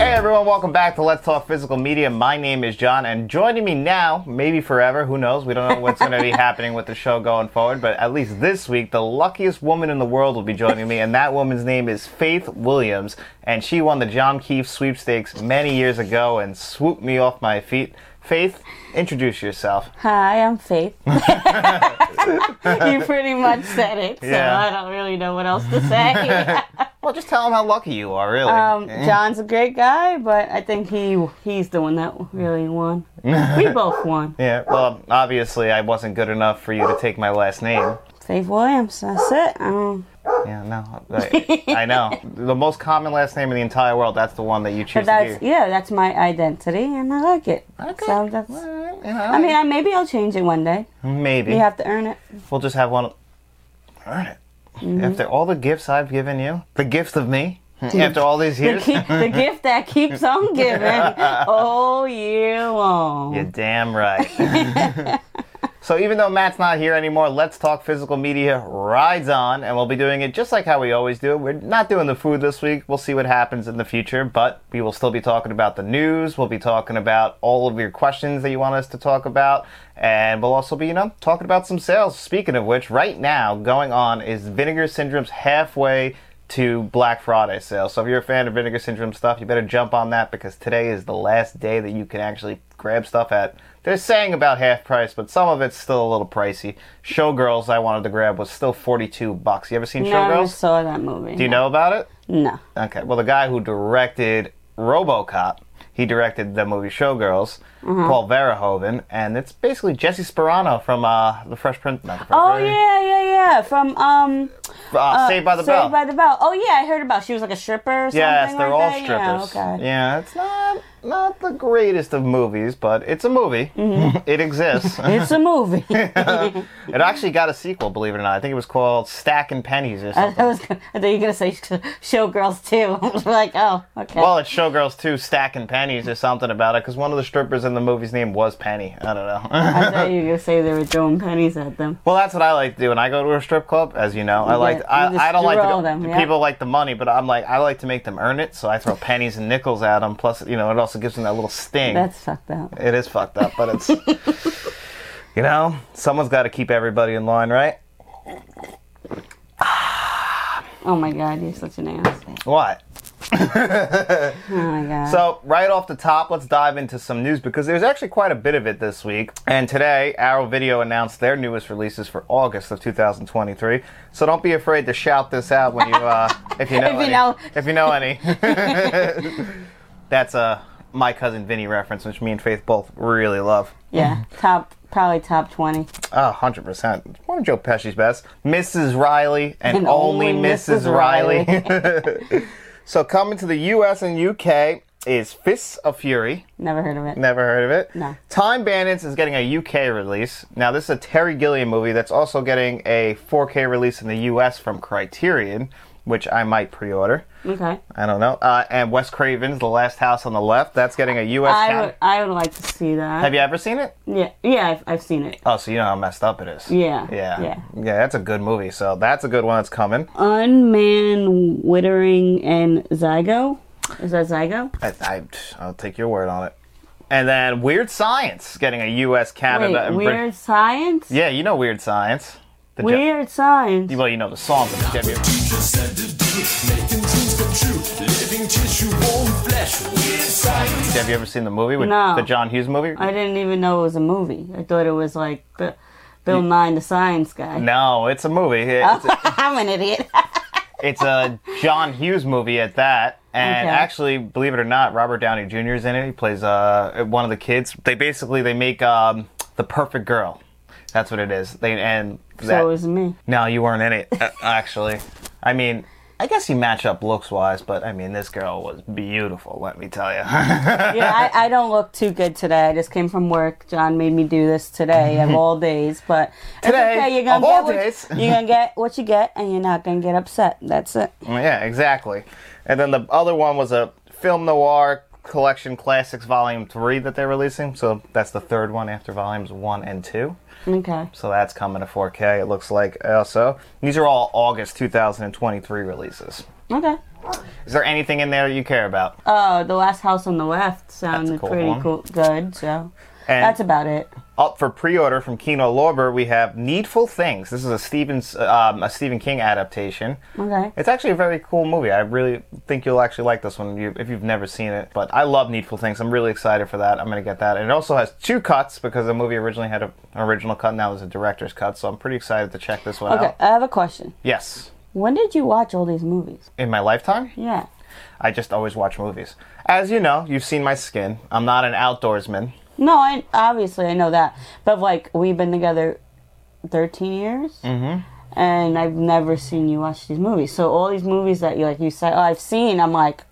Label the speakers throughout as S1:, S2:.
S1: everyone. Welcome back to Let's Talk Physical Media. My name is John, and joining me now, maybe forever, who knows? We don't know what's going to be happening with the show going forward, but at least this week, the luckiest woman in the world will be joining me, and that woman's name is Faith Williams, and she won the John Keefe sweepstakes many years ago and swooped me off my feet. Faith, introduce yourself.
S2: Hi, I'm Faith. you pretty much said it, so
S1: Yeah.
S2: I don't really know what else to say.
S1: Well, just tell them how lucky you are, really.
S2: um, John's a great guy, but I think he he's the one that really won. We both won.
S1: yeah, well, obviously, I wasn't good enough for you to take my last name.
S2: Faith Williams, that's it. Um,
S1: Yeah, no, I, I know. The most common last name in the entire world. That's the one that you choose
S2: but
S1: to
S2: that's
S1: do.
S2: yeah, that's my identity, and I like it.
S1: Okay.
S2: So that's.
S1: Well, Hmm. you
S2: I
S1: know,
S2: mean, I, maybe I'll change it one day.
S1: maybe
S2: You have to earn it.
S1: we'll just have one. Earn it.
S2: Mm-hmm.
S1: After all the gifts I've given you, the gift of me. After all these
S2: The,
S1: years,
S2: keep, the gift that keeps on giving all year long.
S1: you're damn right. so even though Matt's not here anymore, let's talk physical media rides on, and we'll be doing it just like how we always do. We're not doing the food this week. We'll see what happens in the future, but we will still be talking about the news. We'll be talking about all of your questions that you want us to talk about, and we'll also be, you know, talking about some sales. Speaking of which, right now going on is Vinegar Syndrome's halfway to Black Friday sale. So if you're a fan of Vinegar Syndrome stuff, you better jump on that because today is the last day that you can actually grab stuff at. They're saying about half price, but some of it's still a little pricey. Showgirls I wanted to grab was still 42 bucks. You ever seen
S2: Never
S1: Showgirls?
S2: saw that movie.
S1: Do you know about it?
S2: No.
S1: Okay. Well, the guy who directed RoboCop, he directed the movie Showgirls,
S2: Mm-hmm.
S1: Paul Verhoeven, and it's basically Jesse Sperano from uh, The Fresh Prince. Not the Fresh
S2: Oh
S1: Prince,
S2: yeah, yeah, yeah. From um,
S1: Uh, Saved by the
S2: Saved
S1: Bell.
S2: by the Bell. Oh yeah, I heard about. She was like a stripper. Or
S1: Yes,
S2: something
S1: they're
S2: like
S1: all
S2: that?
S1: strippers.
S2: Yeah, okay.
S1: Yeah, it's not not the greatest of movies, but it's a movie.
S2: Mm-hmm.
S1: it exists.
S2: It's a movie.
S1: it actually got a sequel, believe it or not. I think it was called Stack and Pennies or
S2: I,
S1: something.
S2: was, I thought you were gonna say Showgirls too. I was like, oh, okay.
S1: Well, it's Showgirls 2, Stack and Pennies or something about it, because one of the strippers in the movie's name was Penny. I don't know.
S2: I thought you were gonna say they were throwing pennies at them.
S1: Well, that's what I like to do when I go to a strip club. As you know, I like
S2: get- you
S1: I, I
S2: just
S1: don't like to
S2: throw
S1: go,
S2: them, yeah.
S1: people like the money, but I'm like I like to make them earn it. So I throw pennies and nickels at them. Plus, you know, it also gives them that little sting.
S2: That's fucked up.
S1: it is fucked up, but it's you know someone's got to keep everybody in line, right?
S2: Oh my god, you're such an ass.
S1: What?
S2: Oh my god.
S1: So, right off the top, let's dive into some news because there's actually quite a bit of it this week. And today, Arrow Video announced their newest releases for August of 2023. So don't be afraid to shout this out when you, uh, if you know,
S2: If you
S1: any,
S2: know.
S1: if you know any. That's a my cousin Vinny reference, which me and Faith both really love.
S2: yeah, top probably top twenty.
S1: Oh, 100%. One of Joe Pesci's best. Mrs. Riley and,
S2: And
S1: only,
S2: only
S1: Mrs.
S2: Mrs.
S1: Riley. so coming to the US and UK is Fists of Fury.
S2: Never heard of it.
S1: Never heard of it.
S2: No.
S1: Time Bandits is getting a UK release. Now, this is a Terry Gilliam movie that's also getting a 4K release in the US from Criterion, which I might pre order.
S2: Okay.
S1: I don't know. Uh, and Wes Craven's The Last House on the Left. That's getting a US.
S2: I
S1: count-
S2: would I would like to see that.
S1: Have you ever seen it?
S2: yeah, yeah, I've, I've seen it.
S1: Oh, so you know how messed up it is.
S2: Yeah,
S1: Yeah.
S2: yeah.
S1: that's a good movie. So that's a good one that's coming.
S2: Unman Wittering and Zygo. Is that Zygo?
S1: I, I, I'll take your word on it. And then Weird Science getting a US Canada.
S2: Wait,
S1: and Brit-
S2: weird science?
S1: yeah, you know Weird Science. The Je-
S2: Weird science.
S1: well, you know the song, but the Jeopardy-
S3: Just had to do it, making dreams come true, living tissue, warm flesh, weird science.
S1: Have you ever seen the movie with
S2: No.
S1: the John Hughes movie?
S2: I didn't even know it was a movie. I thought it was like B- Bill Nye the Science Guy.
S1: no, it's a movie. It's,
S2: I'm an idiot.
S1: it's a John Hughes movie at that. And
S2: Okay.
S1: actually, believe it or not, Robert Downey Jr. is in it. He plays uh, one of the kids. They basically they make um, the perfect girl. That's what it is. They and that-
S2: so it was me.
S1: no, you weren't in it uh, actually. I mean. I guess you match up looks wise, but I mean, this girl was beautiful, let me tell you.
S2: Yeah, I, I don't look too good today. I just came from work. John made me do this today of all days, but it's
S1: Today,
S2: okay. You're
S1: of
S2: gonna
S1: all
S2: get what-
S1: days.
S2: you're gonna get what you get, and you're not gonna get upset. That's it.
S1: Yeah, exactly. And then the other one was a film noir collection classics volume three that they're releasing. So that's the third one after volumes one and two.
S2: Okay.
S1: So that's coming to Uh, 4K. It looks like also these are all August 2023 releases.
S2: Okay.
S1: Is there anything in there that you care about?
S2: Oh, the last house on the left sounded
S1: cool
S2: pretty
S1: one.
S2: cool, good. So
S1: And-
S2: that's about it.
S1: Up for pre-order from Kino Lorber, we have Needful Things. This is a Stephen's, um, a Stephen King adaptation.
S2: Okay.
S1: It's actually a very cool movie. I really think you'll actually like this one you- if you've never seen it. But I love Needful Things. I'm really excited for that. I'm going to get that. And it also has two cuts because the movie originally had a- an original cut. Now there's a director's cut. So I'm pretty excited to check this one
S2: Okay,
S1: out.
S2: I have a question.
S1: Yes.
S2: When did you watch all these movies?
S1: In my lifetime,
S2: Yeah.
S1: I just always watch movies. As you know, you've seen my skin. I'm not an outdoorsman.
S2: No, I obviously I know that, but like we've been together thirteen years, mm-hmm. and I've never seen you watch these movies. So all these movies that you like, you say, "Oh, I've seen," I'm like,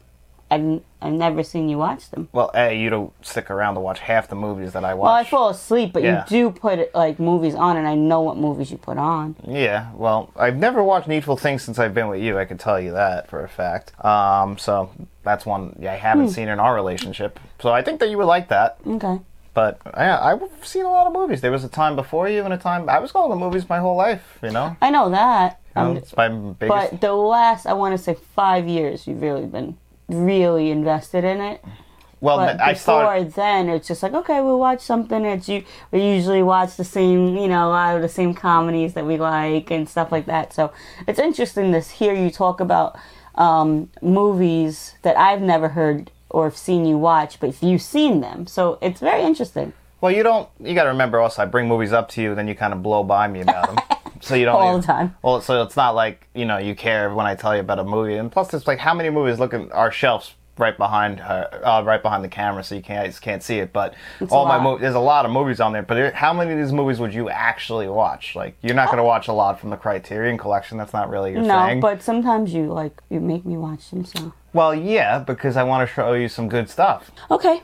S2: I've, I've never seen you watch them.
S1: Well, A, you don't stick around to watch half the movies that I watch.
S2: Well, I fall asleep, but
S1: Yeah.
S2: you do put like movies on, and I know what movies you put on.
S1: Yeah, well, I've never watched Needful Things since I've been with you. I can tell you that for a fact. Um, so that's one I haven't
S2: Hmm.
S1: seen in our relationship. So I think that you would like that.
S2: Okay.
S1: But yeah, I've seen a lot of movies. There was a time before you and a time I was going to movies my whole life. You know,
S2: I know that. Um,
S1: it's my biggest.
S2: but the last, I want to say, five years, you've really been really invested in it.
S1: well,
S2: But
S1: I
S2: before
S1: started.
S2: then, it's just like, okay, we'll watch something that you we usually watch the same, you know, a lot of the same comedies that we like and stuff like that. So it's interesting to hear you talk about um, movies that I've never heard or have seen you watch, but you've seen them. So it's very interesting.
S1: Well, you don't. You got to remember also. I bring movies up to you, then you kind of blow by me about them. So you don't
S2: All
S1: even-
S2: the time.
S1: Well, so it's not like you know you care when I tell you about a movie. And plus, it's like how many movies look at our shelves right behind her, uh, right behind the camera, so you can't you just can't see it. But all my
S2: lot.
S1: movies, there's a lot of movies on there. But there, how many of these movies would you actually watch? Like you're not going to watch a lot from the Criterion Collection. That's not really your
S2: No,
S1: thing.
S2: but sometimes you like you make me watch them. So
S1: well, yeah, because I want to show you some good stuff.
S2: okay,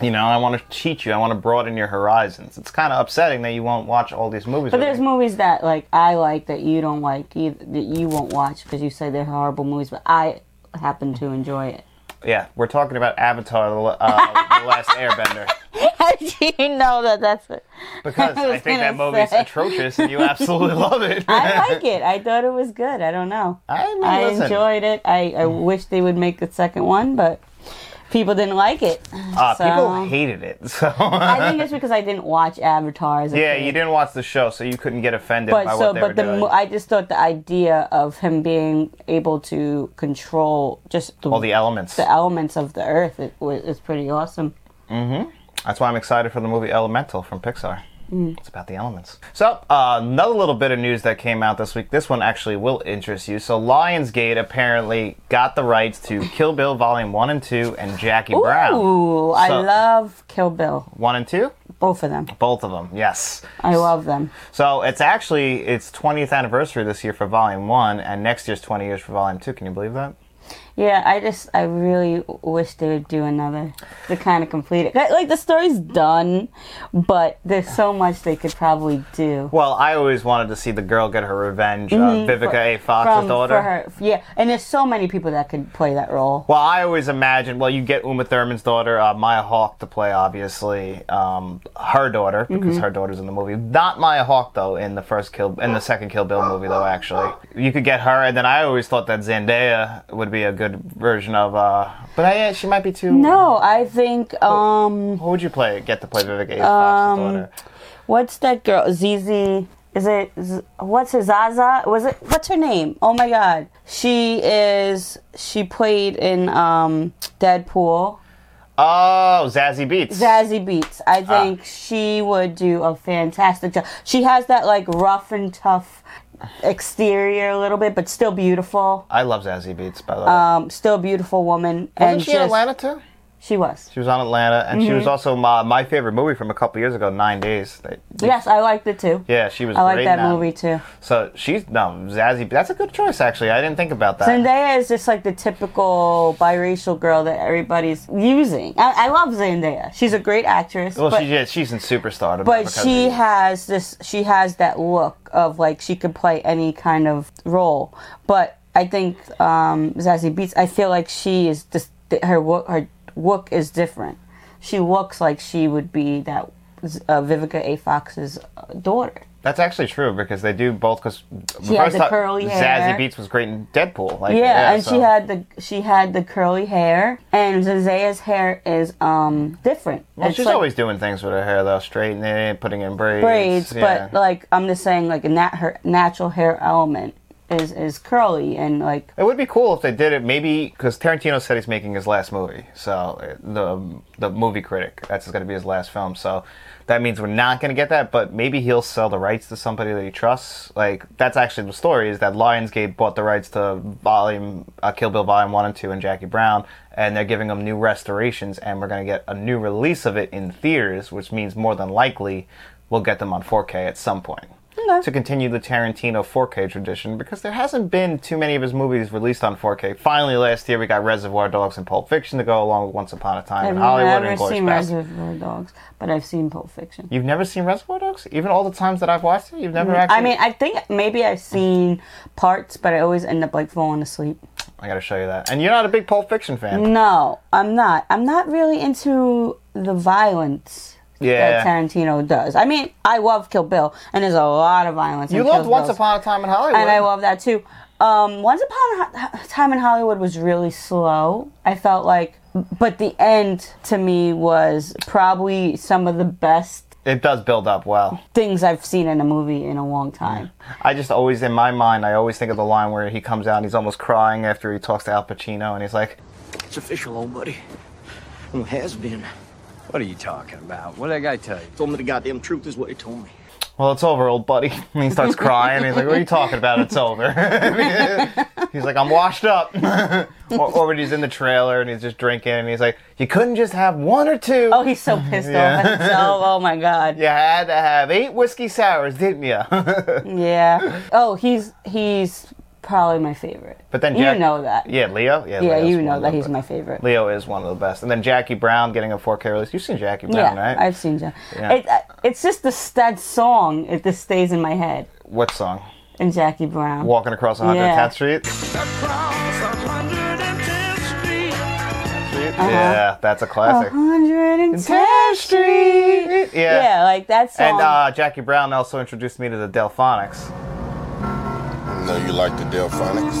S1: You know, I want to teach you. I want to broaden your horizons. It's kind of upsetting that you won't watch all these movies.
S2: but
S1: with
S2: there's
S1: me.
S2: movies that like I like that you don't like either, that you won't watch because you say they're horrible movies, but I happen to enjoy it.
S1: Yeah, we're talking about Avatar, the, la- uh, the Last Airbender,
S2: How do you know that that's what
S1: because
S2: I
S1: I,
S2: was
S1: think that
S2: gonna
S1: movie's
S2: say.
S1: atrocious, and you absolutely love it.
S2: I like it. I thought it was good. I don't know.
S1: I mean,
S2: I
S1: listen, Hmm.
S2: enjoyed it. I, I wish they would make the second one, but people didn't like it.
S1: uh,
S2: so-
S1: people hated it. So
S2: I think it's because I didn't watch Avatar. As a
S1: yeah,
S2: kid.
S1: you didn't watch the show, so you couldn't get offended
S2: But
S1: by
S2: so,
S1: what they
S2: but the
S1: were doing.
S2: mo- I just thought the idea of him being able to control just the,
S1: all the elements.
S2: the elements of the earth it, wa- is pretty awesome.
S1: That's why I'm excited for the movie Elemental from Pixar.
S2: Mm.
S1: It's about the elements. So, uh, another little bit of news that came out this week. This one actually will interest you. So, Lionsgate apparently got the rights to Kill Bill Volume 1 and 2 and Jackie Brown.
S2: Ooh, I
S1: So-
S2: love Kill Bill.
S1: 1 and 2?
S2: Both of them.
S1: Both of them, yes.
S2: I love them.
S1: So it's actually its 20th anniversary this year for Volume One, and next year's 20 years for Volume Two. Can you believe that?
S2: Yeah, I just I really wish they would do another to kind of complete it. Like like, the story's done, but there's so much they could probably do.
S1: Well, I always wanted to see the girl get her revenge, uh, Vivica A. Fox's
S2: From
S1: daughter.
S2: Mm-hmm. for her, yeah, and there's so many people that could play that role.
S1: Well, I always imagine. Well, you get Uma Thurman's daughter, uh, Maya Hawke, to play obviously um, her daughter
S2: Mm-hmm.
S1: because her daughter's in the movie. Not Maya Hawke though in the first Kill in the second Kill Bill movie though. Actually, you could get her, and then I always thought that Zendaya would be a good version of. Uh, but I, she might be too.
S2: No, I think um,
S1: Who would you play? Get to play Vivica A. Fox's daughter.
S2: what's that girl? Zizi. Is it Z- what's her Zaza? Was it what's her name? Oh my God, she is. She played in um, Deadpool.
S1: Oh, Zazzy Beats.
S2: Zazzy Beats. I
S1: Ah.
S2: think she would do a fantastic job. She has that like rough and tough exterior a little bit, but still beautiful.
S1: I love Zazzy Beats, by the way.
S2: Um, still beautiful woman.
S1: Wasn't
S2: and
S1: she in
S2: just- Mm-hmm.
S1: Atlanta too?
S2: She was.
S1: She was on Atlanta, and she was also my, my favorite movie from a couple years ago, Nine Days. That-
S2: Yes, I liked it too.
S1: Yeah, she was
S2: I like
S1: great
S2: that
S1: in
S2: movie too.
S1: So she's, no, Zazzy, that's a good choice, actually. I didn't think about that.
S2: Zendaya is just like the typical biracial girl that everybody's using. I, I love Zendaya. She's a great actress.
S1: well,
S2: but-
S1: she, yeah, she's in Superstar. to me
S2: but
S1: because
S2: she
S1: of-
S2: has this she has that look of like she could play any kind of role but i think um zazie beats i feel like she is just her look her look is different she looks like she would be that uh, vivica a fox's uh, daughter
S1: That's actually true because they do both. Because
S2: She had the curly hair.
S1: Zazie Beats was great in Deadpool. Like,
S2: Yeah, and
S1: so-
S2: she had the she had the curly hair, and Zazaya's hair is um different.
S1: Well,
S2: It's
S1: she's
S2: like
S1: always doing things with her hair though, straightening it, putting in braids.
S2: braids,
S1: yeah.
S2: but like I'm just saying, like in that her natural hair element is is curly and like
S1: It would be cool if they did it, maybe because Tarantino said he's making his last movie. So uh, the the movie critic, that's going to be his last film. So that means we're not going to get that, but maybe he'll sell the rights to somebody that he trusts. Like that's actually the story is that Lionsgate bought the rights to Volume uh, Kill Bill Volume One and Two and Jackie Brown, and they're giving them new restorations, and we're going to get a new release of it in theaters, which means more than likely we'll get them on 4K at some point to continue the Tarantino 4K tradition because there hasn't been too many of his movies released on 4K. Finally, last year we got Reservoir Dogs and Pulp Fiction to go along with Once Upon a Time
S2: I've
S1: in Hollywood
S2: never
S1: and Glorious
S2: seen
S1: Bastards.
S2: Reservoir Dogs, but I've seen Pulp Fiction.
S1: You've never seen Reservoir Dogs? Even all the times that I've watched it, you've never actually.
S2: Mm, I mean, I think maybe I've seen parts, but I always end up like falling asleep.
S1: I gotta show you that. And you're not a big Pulp Fiction
S2: Mm,
S1: fan.
S2: No, I'm not. I'm not really into the violence
S1: Yeah.
S2: that Tarantino does. I mean, I love Kill Bill, and there's a lot of violence.
S1: You
S2: in
S1: loved
S2: Kill
S1: Once
S2: Bills,
S1: Upon a Time in Hollywood.
S2: and I love that too. Um, Once Upon a Ho- Time in Hollywood was really slow. I felt like, but the end to me was probably some of the best
S1: it does build up well.
S2: things I've seen in a movie in a long time.
S1: I just always, in my mind, I always think of the line where he comes out and he's almost crying after he talks to Al Pacino and he's like,
S4: It's official, old buddy. Well, it has been.
S5: What are you talking about? What did that guy tell you?
S4: Told me the goddamn truth is what he told me.
S1: well, it's over, old buddy. And he starts crying. he's like, what are you talking about? It's over. he's like, I'm washed up. or, or when he's in the trailer and he's just drinking and he's like, you couldn't just have one or two.
S2: Oh, he's so pissed off at himself. Oh my god.
S1: You had to have eight whiskey sours, didn't you?
S2: Yeah. Oh, he's he's probably my favorite.
S1: but then
S2: you
S1: Jack,
S2: know that.
S1: Yeah, Leo. Yeah,
S2: Yeah,
S1: Leo's
S2: you
S1: one
S2: know
S1: of
S2: that
S1: the
S2: he's
S1: be-
S2: my favorite.
S1: Leo is one of the best. And then Jackie Brown getting a 4K release. You've seen Jackie Brown,
S2: yeah,
S1: right?
S2: I've seen Jack.
S1: Yeah.
S2: It, uh, it's just this that song. It just stays in my head.
S1: What song?
S2: And Jackie Brown.
S1: Walking across 110th
S2: Yeah.
S1: Street.
S2: Uh-huh.
S1: Yeah, that's a classic.
S2: 110th Street.
S1: Yeah.
S2: Yeah, Um, like that song.
S1: And uh, Jackie Brown also introduced me to the Delphonics.
S6: Know you like the Delphonics?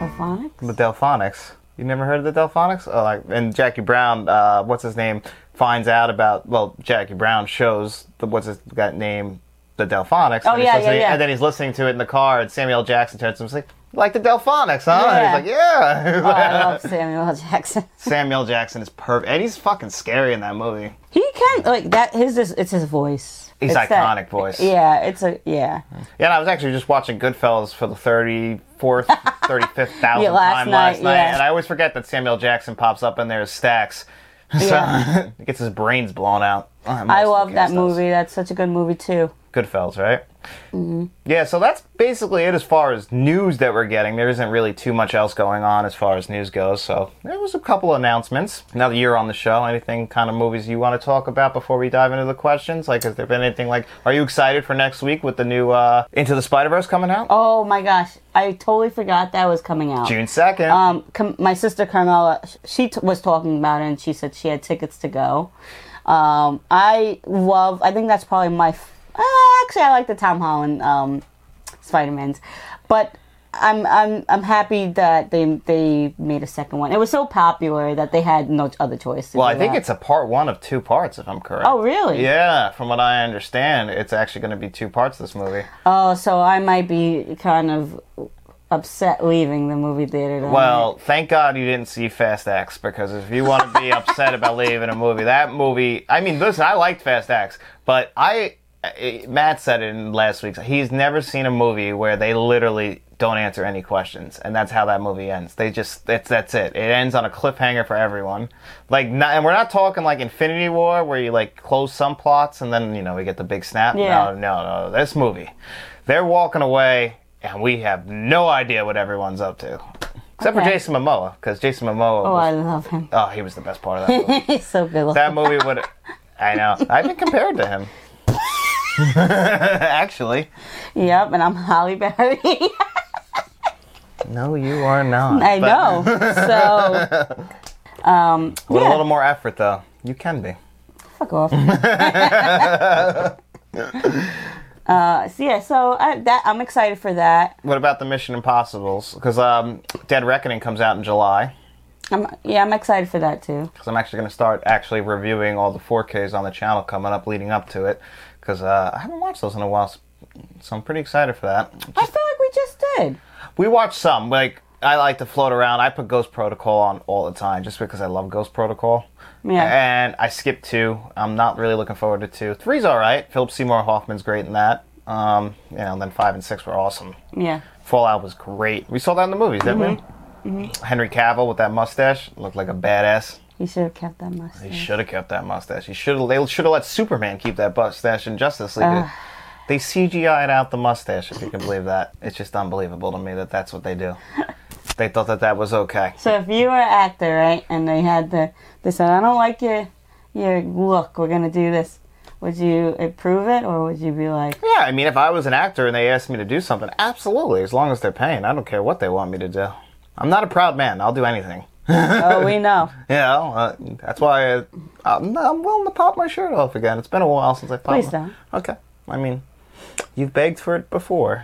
S2: Delphonics?
S1: The Delphonics. You never heard of the Delphonics? Oh, like, and Jackie Brown, uh, what's his name, finds out about. Well, Jackie Brown shows the, what's his that name, the Delphonics.
S2: Oh,
S1: and he's
S2: yeah, yeah,
S1: listening-
S2: yeah.
S1: And then he's listening to it in the car, and Samuel L. Jackson turns to him and like, "Like the Delphonics, huh?"
S2: Yeah.
S1: And he's like,
S2: Oh,
S1: "Yeah."
S2: I love Samuel L. Jackson.
S1: Samuel Jackson is perfect, and he's fucking scary in that movie.
S2: He can like that. His it's his voice.
S1: His
S2: It's that-
S1: iconic voice.
S2: Yeah, it's a yeah.
S1: Yeah, and I was actually just watching Goodfellas for the 34th, 35th thousand
S2: Yeah, last
S1: time last
S2: night,
S1: night,
S2: yeah.
S1: and I always forget that Samuel Jackson pops up in there as Stacks. So
S2: Yeah.
S1: he gets his brains blown out. Oh, most
S2: I
S1: of the
S2: love that
S1: cast does.
S2: movie. That's such a good movie too.
S1: Goodfellas, right?
S2: Mm-hmm.
S1: Yeah, so that's basically it as far as news that we're getting. There isn't really too much else going on as far as news goes. So there was a couple announcements. Now that you're on the show, anything kind of movies you want to talk about before we dive into the questions? Like, has there been anything like? Are you excited for next week with the new uh, Into the Spider Verse coming out?
S2: Oh my gosh, I totally forgot that was coming out.
S1: June second.
S2: Um, com- my sister Carmela, sh- she t- was talking about it, and she said she had tickets to go. Um, I love. I think that's probably my. F- uh, actually, I like the Tom Holland um, Spider Mans, but I'm I'm I'm happy that they they made a second one. It was so popular that they had no other choice. to
S1: well,
S2: do
S1: I think
S2: that.
S1: it's a part one of two parts, if I'm correct.
S2: Oh, really?
S1: Yeah, from what I understand, it's actually going to be two parts. This movie.
S2: Oh, so I might be kind of upset leaving the movie theater. Then.
S1: Well, thank God you didn't see Fast X because if you want to be upset about leaving a movie, that movie. I mean, listen, I liked Fast X, but I eh, Matt said it in last week's. He's never seen a movie where they literally don't answer any questions, and that's how that movie ends. They just that's that's it. It ends on a cliffhanger for everyone. Like, not, and we're not talking like Infinity War where you like close some plots and then you know we get the big snap.
S2: Yeah.
S1: No, no, no. This movie, they're walking away. And we have no idea what everyone's up to. Except for
S2: Okay.
S1: Jason Momoa, because Jason Momoa,
S2: oh, I
S1: was,
S2: love him.
S1: oh, he was the best part of that movie.
S2: He's so good. looking.
S1: that movie would, I know, I've been compared to him. Actually,
S2: Yep, and I'm Holly Berry.
S1: no, you are not.
S2: I
S1: But
S2: know. So, um,
S1: With a
S2: yeah,
S1: little more effort, though, you can be.
S2: fuck off. Uh, so yeah, so I, that I'm excited for that.
S1: What about the Mission Impossibles? Because um, Dead Reckoning comes out in July.
S2: I'm yeah, I'm excited for that too.
S1: Because I'm actually going to start actually reviewing all the 4Ks on the channel coming up leading up to it. Because uh, I haven't watched those in a while, so- so I'm pretty excited for that.
S2: I feel like we just did.
S1: We watch some. Like I like to float around. I put Ghost Protocol on all the time just because I love Ghost Protocol.
S2: Yeah.
S1: And I skip two. I'm not really looking forward to two. Three's all right. Philip Seymour Hoffman's great in that. Um, you know, and then five and six were awesome.
S2: Yeah,
S1: Fallout was great. We saw that in the movies, didn't we? Henry Cavill with that mustache looked like a badass.
S2: you should have kept that
S1: He
S2: mustache.
S1: should have kept that mustache. He should have. They should have let Superman keep that mustache in Justice League.
S2: Ugh.
S1: They CGI'd out the mustache, if you can believe that. It's just unbelievable to me that that's what they do. They thought that that was okay.
S2: So if you were an actor, right, and they had the they said, "I don't like your your look. We're gonna do this." Would you approve it, or would you be like,
S1: Yeah, I mean, if I was an actor and they asked me to do something, absolutely, as long as they're paying. I don't care what they want me to do. I'm not a proud man. I'll do anything.
S2: "Oh, we know."
S1: You know, uh, that's why I, I'm, I'm willing to pop my shirt off again. It's been a while since I popped
S2: Please
S1: my-
S2: don't.
S1: Okay. I mean, you've begged for it before.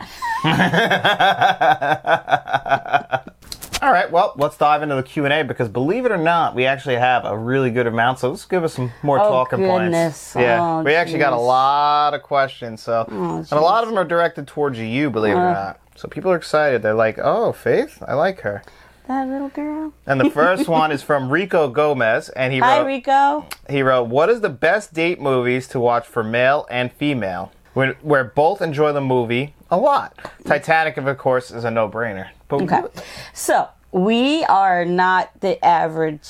S1: All right, well, let's dive into the Q&A because believe it or not, we actually have a really good amount. So let's give us some more
S2: Oh,
S1: talking
S2: goodness.
S1: points. Yeah,
S2: Oh,
S1: we actually got a
S2: jeez. Oh,
S1: lot of questions. So, and a lot of them are directed towards you, believe it
S2: Uh.
S1: or not. So people are excited. They're like, "Oh, Faith, I like her."
S2: That little girl.
S1: And the first one is from Rico Gomez, and he wrote,
S2: Hi, Rico.
S1: he wrote, "What is the best date movies to watch for male and female, where, where both enjoy the movie a lot? Titanic, of course, is a no-brainer. But
S2: Okay. So we are not the average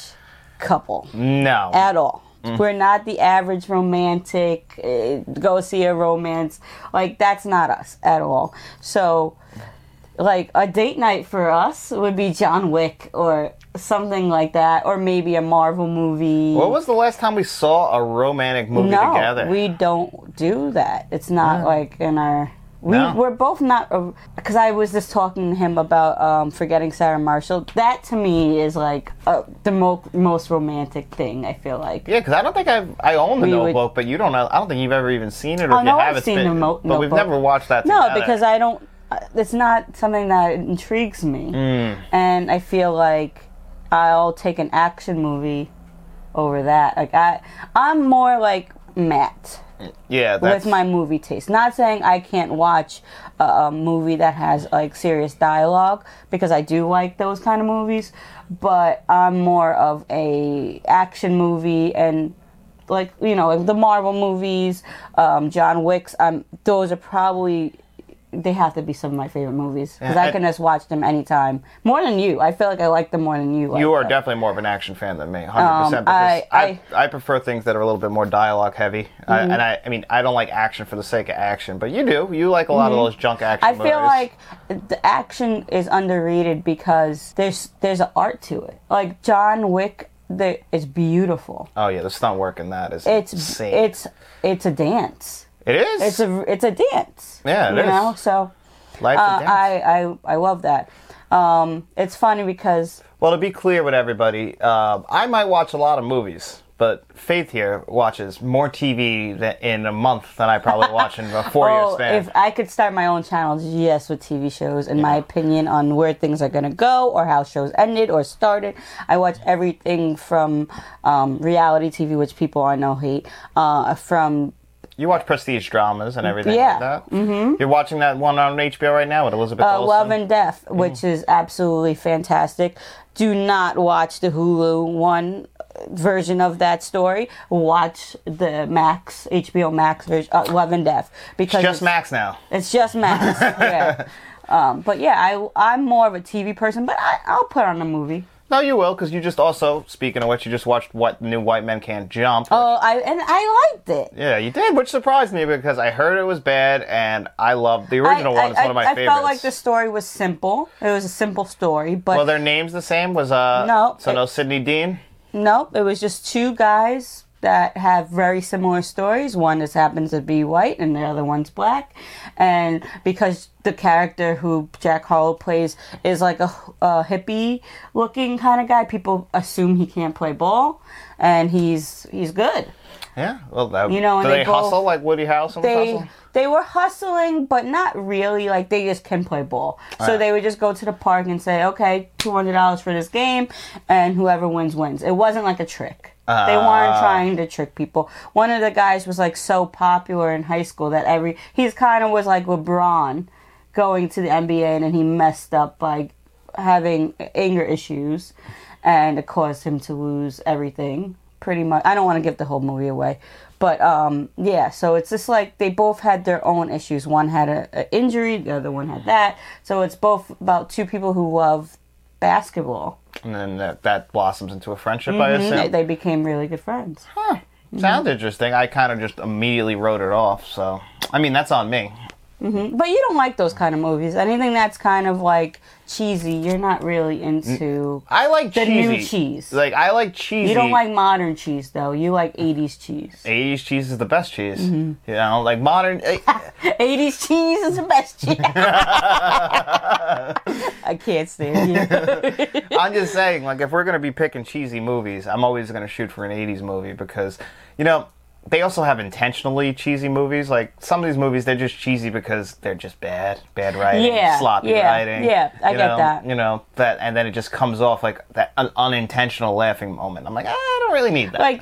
S2: couple
S1: no,
S2: at all.
S1: Mm.
S2: We're not the average romantic, uh, go see a romance. Like, that's not us at all. So, like, a date night for us would be John Wick or something like that, or maybe a Marvel movie.
S1: what was the last time we saw a romantic movie
S2: no,
S1: together?
S2: we don't do that. It's not like in our. We,
S1: No.
S2: We're both not. Because I was just talking to him about um, forgetting Sarah Marshall. That to me is like uh, the mo- most romantic thing, I feel like.
S1: yeah, because I don't think I've, I own the
S2: We would-
S1: Notebook, but you don't. know- I don't think you've ever even seen it, or
S2: Oh,
S1: if
S2: no,
S1: you
S2: I've
S1: have, it's
S2: seen
S1: been-
S2: the Mo-
S1: But we've
S2: Notebook.
S1: never watched that.
S2: No,
S1: together.
S2: because I don't. uh, It's not something that intrigues me, and I feel like I'll take an action movie over that. Like I, I'm more like Matt
S1: yeah, that's,
S2: with my movie taste. Not saying I can't watch a, a movie that has like serious dialogue because I do like those kind of movies, but I'm more of a action movie and like you know like the Marvel movies, um, John Wick's. Um, those are probably they have to be some of my favorite movies because
S1: Yeah,
S2: I
S1: I-
S2: can just watch them anytime. More than you, I feel like I like them more than you. like
S1: You are
S2: them.
S1: definitely more of an action fan than me, 100%.
S2: Um,
S1: because
S2: I- Mm-hmm.
S1: I, I, prefer things that are a little bit more dialogue heavy. I, and I, I mean, I don't like action for the sake of action, but you do. You like a lot of those junk action
S2: Mm-hmm. I feel
S1: movies.
S2: like the action is underrated because there's there's an art to it. Like John Wick, the is beautiful.
S1: Oh, yeah, the stunt work in that is
S2: It's
S1: insane.
S2: it's it's a dance.
S1: It is?
S2: It's a it's a dance.
S1: Yeah, it
S2: you
S1: is.
S2: know. So
S1: Life
S2: uh,
S1: and death.
S2: I I I love that. Um, it's funny because
S1: Well, to be clear with everybody, um, I might watch a lot of movies, but Faith here watches more TV than, in a month than I probably watch in a four year
S2: oh,
S1: span.
S2: if I could start my own channel, yes, with TV shows and my opinion on where things are gonna go or how shows ended or started. I watch everything from um, reality TV, which people I know hate, uh, from
S1: you watch prestige dramas and everything
S2: Yeah.
S1: like that. Mm-hmm. You're watching that one on HBO right now with Elizabeth
S2: uh,
S1: Olsen.
S2: Love and Death, which is absolutely fantastic. Do not watch the Hulu one uh, version of that story. Watch the Max HBO Max version, uh, Love and Death, because
S1: Just
S2: it's-
S1: Max now.
S2: It's just Max. yeah. Um, but yeah, I I'm more of a TV person, but I, I'll put on a movie.
S1: No, you will, because you just also, speaking of which, you just watched What New White Men Can't Jump.
S2: Oh, I and I liked it.
S1: yeah, you did, which surprised me because I heard it was bad, and I loved the original
S2: I,
S1: one. It's
S2: I,
S1: one of my
S2: I,
S1: favorites.
S2: I felt like the story was simple. It was a simple story, but
S1: Well, their names the same was uh
S2: No,
S1: so
S2: it-
S1: no Sydney Dean.
S2: nope, it was just two guys that have very similar stories. One is happens to be white, and the other one's black. And because the character who Jack Harlow plays is like a, a hippie-looking kind of guy, people assume he can't play ball, and he's he's good.
S1: Yeah. Well, that,
S2: You know, and
S1: do
S2: they
S1: they,
S2: go-
S1: hustle like Woody Harrelson
S2: they
S1: hustle?
S2: they were hustling, but not really. Like they just can play ball, so they would just go to the park and say, "Okay, two hundred dollars for this game, and whoever wins wins." It wasn't like a trick. they weren't trying to trick people. One of the guys was like so popular in high school that every he's kind of was like LeBron going to the NBA, and then he messed up by having anger issues, and it caused him to lose everything. Pretty much, I don't want to give the whole movie away, but um, yeah. So it's just like they both had their own issues. One had a, a injury, the other one had that. So it's both about two people who love basketball.
S1: And then that, that blossoms into a friendship, I
S2: Mm-hmm. They,
S1: assume.
S2: they mm-hmm. became really good friends.
S1: Sounds interesting. I kind of just immediately wrote it off. So, I mean, that's on me.
S2: But you don't like those kind of movies. Anything that's kind of like cheesy, you're not really into.
S1: I like
S2: The
S1: cheesy.
S2: new cheese.
S1: Like I like cheesy.
S2: You don't like modern cheese though. You like '80s cheese.
S1: 80s cheese is the best cheese.
S2: Mm-hmm.
S1: You know, like modern. eh,
S2: 80s cheese is the best cheese. I can't stand you.
S1: I'm just saying, like, if we're gonna be picking cheesy movies, I'm always gonna shoot for an '80s movie because, you know, they also have intentionally cheesy movies. Like some of these movies, they're just cheesy because they're just bad, bad writing,
S2: Yeah,
S1: sloppy
S2: yeah,
S1: writing.
S2: yeah, I
S1: you
S2: get
S1: know,
S2: that.
S1: You know that, and then it just comes off like that un- unintentional laughing moment. I'm like, "Ah, I don't really need that.
S2: Like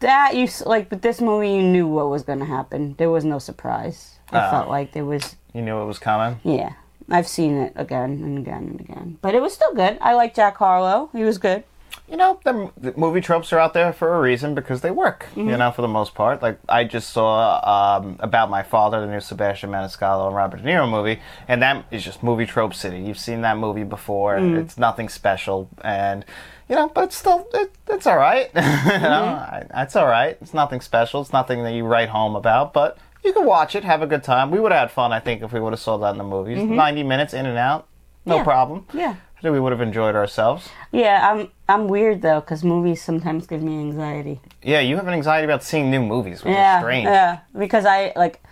S2: that you s- like with this movie you knew what was going to happen. There was no surprise. I felt like there was
S1: you knew it was coming.
S2: yeah. I've seen it again and again and again. But it was still good. I like Jack Harlow. He was good.
S1: you know, the, the movie tropes are out there for a reason because they work, you
S2: Mm-hmm.
S1: know, for the most part. Like, I just saw um, About My Father, the new Sebastian Maniscalco and Robert De Niro movie, and that is just movie trope city. You've seen that movie before,
S2: Mm-hmm.
S1: it's nothing special, and, you know, but it's still, it, it's all right.
S2: Mm-hmm.
S1: you know, I, it's all right. It's nothing special. It's nothing that you write home about, but you can watch it, have a good time. We would have had fun, I think, if we would have saw that in the movies. 90 minutes in and out, no
S2: Mm-hmm. Yeah.
S1: problem.
S2: Yeah.
S1: I think we would have enjoyed ourselves.
S2: Yeah, I'm I'm weird though cuz movies sometimes give me anxiety.
S1: Yeah, you have an anxiety about seeing new movies, which
S2: Yeah.
S1: is strange.
S2: Yeah, because I like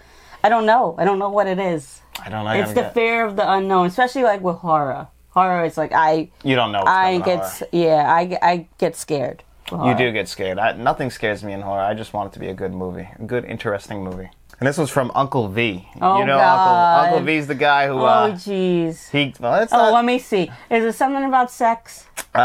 S2: I don't know. I don't know what it is.
S1: I don't know. I
S2: It's the
S1: don't get-
S2: fear of the unknown, especially like with horror. Horror is like I
S1: you don't know. What's
S2: I
S1: going
S2: get
S1: on
S2: s- yeah, I, get- I get scared.
S1: horror. You do get scared. I, nothing scares me in horror. I just want it to be a good movie, a good, interesting movie. And this was from Uncle V.
S2: Oh,
S1: you know
S2: God.
S1: Uncle Uncle V's the guy who.
S2: Oh
S1: uh,
S2: jeez.
S1: he. Well, it's
S2: Oh,
S1: not,
S2: let me see. Is it something about sex?
S1: uh,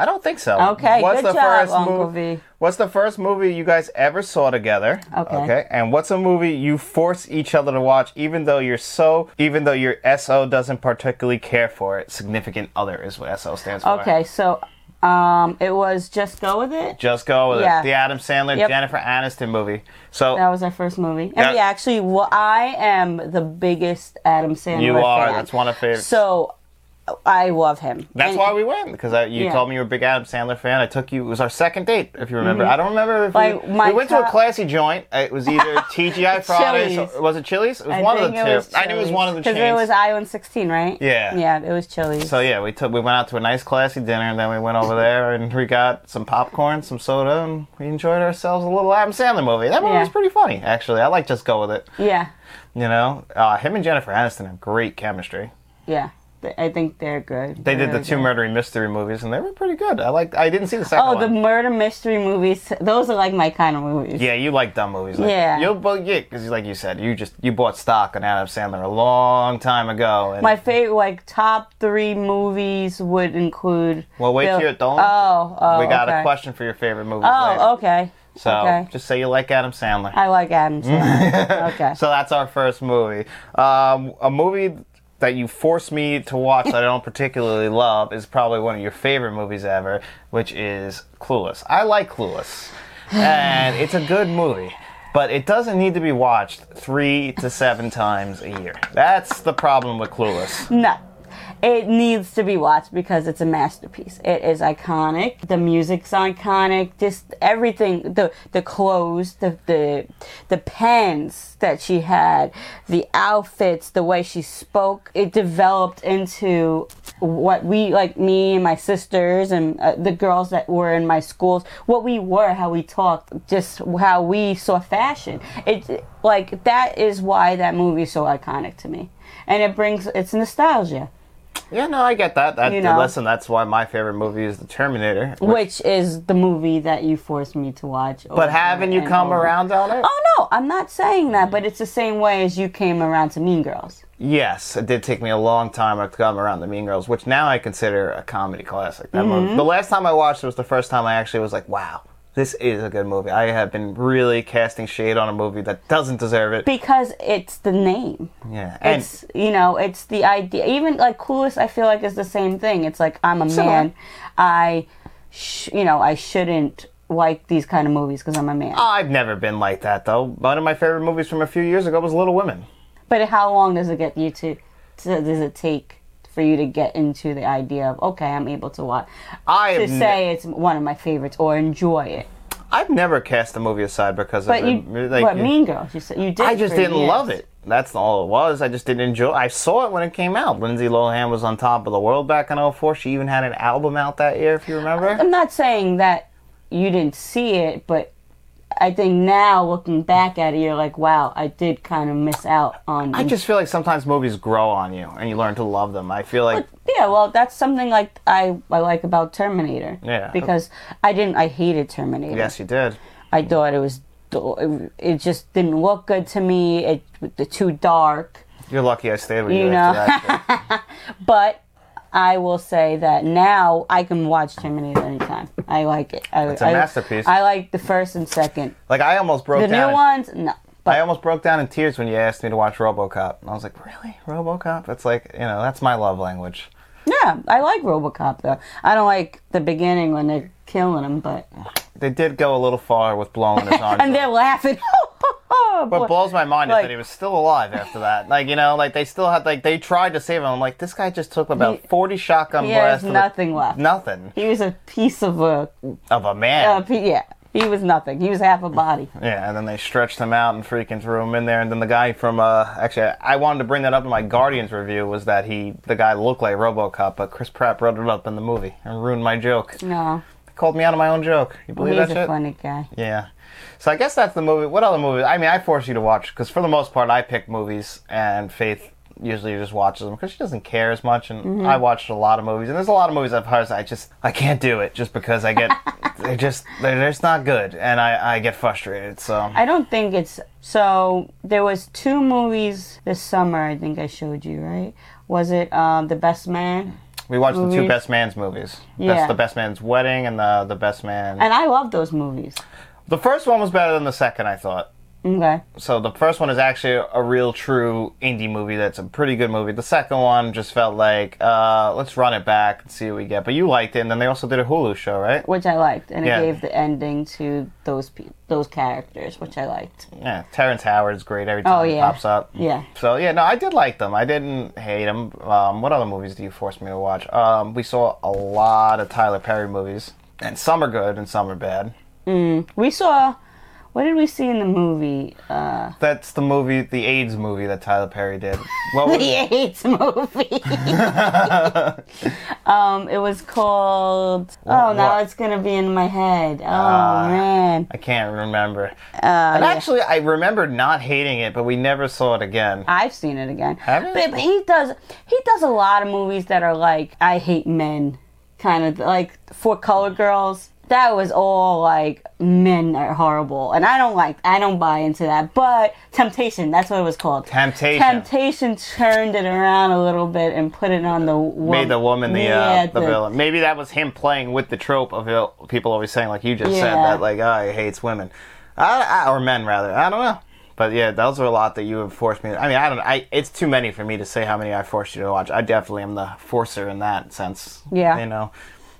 S1: I don't think so.
S2: Okay,
S1: What's
S2: good
S1: the
S2: job,
S1: first
S2: Uncle
S1: mov-
S2: V.
S1: What's the first movie you guys ever saw together?
S2: Okay.
S1: And what's a movie you force each other to watch, even though you're so, even though your SO doesn't particularly care for it? Significant other is what SO stands for.
S2: Okay, so um, it was just go with it.
S1: Just go with
S2: Yeah.
S1: it. The Adam Sandler,
S2: Yep.
S1: Jennifer Aniston movie. So
S2: That was our first movie, and
S1: Yeah.
S2: we actually. Well, I am the biggest Adam Sandler.
S1: you are.
S2: fan.
S1: That's one of favorites.
S2: So, I love him.
S1: that's
S2: And,
S1: why we went because I, you
S2: Yeah.
S1: told me you were a big Adam Sandler fan. I took you. It was our second date, if you remember. I don't remember if
S2: Mm-hmm. Like,
S1: we,
S2: my
S1: we went to a
S2: top-
S1: classy joint. It was either TGI Fridays.
S2: Chili's.
S1: or- was it Chili's? It was
S2: I
S1: one of
S2: think
S1: the
S2: it
S1: two.
S2: was
S1: I knew it was one of the chains.
S2: Because it was I one sixteen, right?
S1: Yeah.
S2: Yeah, it was Chili's.
S1: so yeah, we took we went out to a nice classy dinner, and then we went over there and we got some popcorn, some soda, and we enjoyed ourselves a little Adam Sandler movie. That movie
S2: Yeah.
S1: was pretty funny, actually. I like just go with it.
S2: yeah,
S1: You know, uh, him and Jennifer Aniston have great chemistry.
S2: yeah. Th- I think they're good.
S1: They
S2: They're
S1: did the
S2: really
S1: two
S2: good.
S1: murder mystery movies, and they were pretty good. I like. I didn't see the second
S2: Oh,
S1: one.
S2: the murder mystery movies. Those are like my kind of movies.
S1: yeah, you like dumb movies. Like
S2: Yeah.
S1: you well, yeah, because like you said, you just you bought stock on Adam Sandler a long time ago. And
S2: My favorite, like top three movies, would include.
S1: well, wait
S2: Bill-
S1: here, don't.
S2: Oh, oh,
S1: we got
S2: okay.
S1: a question for your favorite movie.
S2: Oh, okay.
S1: So
S2: okay.
S1: just say you like Adam Sandler.
S2: I like Adam Sandler. okay.
S1: so that's our first movie. Um, a movie that you forced me to watch that I don't particularly love is probably one of your favorite movies ever, which is Clueless. I like Clueless, and it's a good movie. But it doesn't need to be watched three to seven times a year. That's the problem with Clueless.
S2: No. It needs to be watched because it's a masterpiece. It is iconic. The music's iconic. Just everything. The the clothes, the the the pens that she had, the outfits, the way she spoke. It developed into what we like me and my sisters and uh, the girls that were in my schools what we were how we talked just how we saw fashion it like that is why that movie is so iconic to me and it brings it's nostalgia
S1: Yeah, no, I get that. that
S2: You know.
S1: Listen, that's why my favorite movie is The Terminator.
S2: which is the movie that you forced me to watch
S1: But haven't you come around on it?
S2: oh no i'm not saying that but it's the same way as you came around to mean girls
S1: Yes, it did take me a long time to come around the Mean Girls, which now I consider a comedy classic. That
S2: Mm-hmm.
S1: movie. The last time I watched it was the first time I actually was like, wow, this is a good movie. I have been really casting shade on a movie that doesn't deserve it.
S2: because it's the name
S1: yeah, and
S2: it's you know it's the idea even like clueless i feel like is the same thing it's like i'm a
S1: Similar.
S2: man i sh- you know i shouldn't like these kind of movies because i'm a man
S1: I've never been like that though. One of my favorite movies from a few years ago was Little Women.
S2: but how long does it get you to, to does it take for you to get into the idea of okay i'm able to watch
S1: I
S2: to
S1: have ne-
S2: say it's one of my favorites or enjoy it
S1: I've never cast a movie aside because
S2: but
S1: of
S2: you
S1: it.
S2: but mean girls you, said you did
S1: uh, I just
S2: for
S1: didn't
S2: years.
S1: love it. That's all it was. I just didn't enjoy. I saw it when it came out. Lindsay Lohan was on top of the world back in 04. She even had an album out that year, if you remember.
S2: I'm not saying that you didn't see it, but I think now looking back at it, you're like, wow, I did kind of miss out on.
S1: I just feel like sometimes movies grow on you and you learn to love them. I feel like
S2: yeah, well, that's something like I, I like about Terminator.
S1: Yeah.
S2: Because I didn't, I hated Terminator.
S1: yes, you did.
S2: I thought it was, it, it just didn't look good to me. It, it too dark.
S1: You're lucky I stayed with you,
S2: You
S1: after
S2: know.
S1: that. shit.
S2: But I will say that now I can watch Terminator anytime. I like it. I,
S1: It's a
S2: I-
S1: masterpiece.
S2: I like the first and second.
S1: like I almost broke
S2: The
S1: down.
S2: new ones, no.
S1: I
S2: But
S1: almost broke down in tears when you asked me to watch RoboCop, and I was like, "Really, RoboCop? That's like, you know, that's my love language."
S2: Yeah, I like RoboCop though. I don't like the beginning when they're killing him, but
S1: They did go a little far with blowing his arms.
S2: and
S1: off.
S2: they're laughing. Oh,
S1: What blows my mind is
S2: Like-
S1: that he was still alive after that. Like you know, like they still had like they tried to save him. I'm like, this guy just took about
S2: He-
S1: forty shotgun
S2: He has
S1: blasts. to the-
S2: nothing left.
S1: nothing
S2: He was a piece of a,
S1: of a
S2: a
S1: man.
S2: pe- yeah. He was nothing. He was half a body.
S1: yeah, and then they stretched him out and freaking threw him in there. And then the guy from uh, actually, I wanted to bring that up in my Guardians review was that he the guy looked like RoboCop, but Chris Pratt wrote it up in the movie and ruined my joke.
S2: No,
S1: Called me out of my own joke. You believe
S2: he's
S1: that
S2: a
S1: shit?
S2: funny guy.
S1: Yeah. So I guess that's the movie. What other movies? I mean, I force you to watch because for the most part, I pick movies, and Faith usually just watches them because she doesn't care as much. And
S2: Mm-hmm.
S1: I watched a lot of movies, and there's a lot of movies I've heard. I just I can't do it just because I get they're just they're just not good, and I I get frustrated. So
S2: I don't think it's so. There was two movies this summer. I think I showed you right. Was it um, the Best Man?
S1: we watched the two
S2: movies-
S1: Best Man's movies.
S2: Yeah.
S1: That's the Best Man's Wedding and the the Best Man.
S2: And I love those movies.
S1: the first one was better than the second, I thought.
S2: Okay.
S1: So the first one is actually a real true indie movie that's a pretty good movie. The second one just felt like, uh, let's run it back and see what we get. But you liked it, and then they also did a Hulu show, right?
S2: which I liked, and
S1: Yeah.
S2: it gave the ending to those pe- those characters, which I liked.
S1: Yeah, Terrence Howard's great every time
S2: Oh,
S1: he
S2: yeah.
S1: pops up.
S2: Yeah.
S1: So yeah, no, I did like them. I didn't hate them. Um, what other movies do you force me to watch? Um, we saw a lot of Tyler Perry movies, and some are good and some are bad.
S2: We saw, what did we see in the movie? Uh,
S1: That's the movie, the AIDS movie that Tyler Perry did. What was
S2: the
S1: it?
S2: AIDS movie. um, it was called. Oh, now
S1: what? Ah.
S2: it's gonna be in my head. Oh man,
S1: I can't remember. and actually, I remember not hating it, but we never saw it again.
S2: I've seen it again.
S1: Have you?
S2: But, but he does he does a lot of movies that are like I hate men, kind of like for color girls. That was all like men are horrible, and I don't like I don't buy into that. But Temptation, that's what it was called.
S1: Temptation.
S2: Temptation turned it around a little bit and put it on the woman.
S1: Made the woman the uh, the villain. Maybe that was him playing with the trope of il- people always saying, like you just said,
S2: Yeah.
S1: that like oh, he hates women, I, I, or men rather. I don't know. But yeah, those are a lot that you have forced me. I mean, I don't. I it's too many for me to say how many I forced you to watch. I definitely am the forcer in that sense.
S2: Yeah.
S1: You know,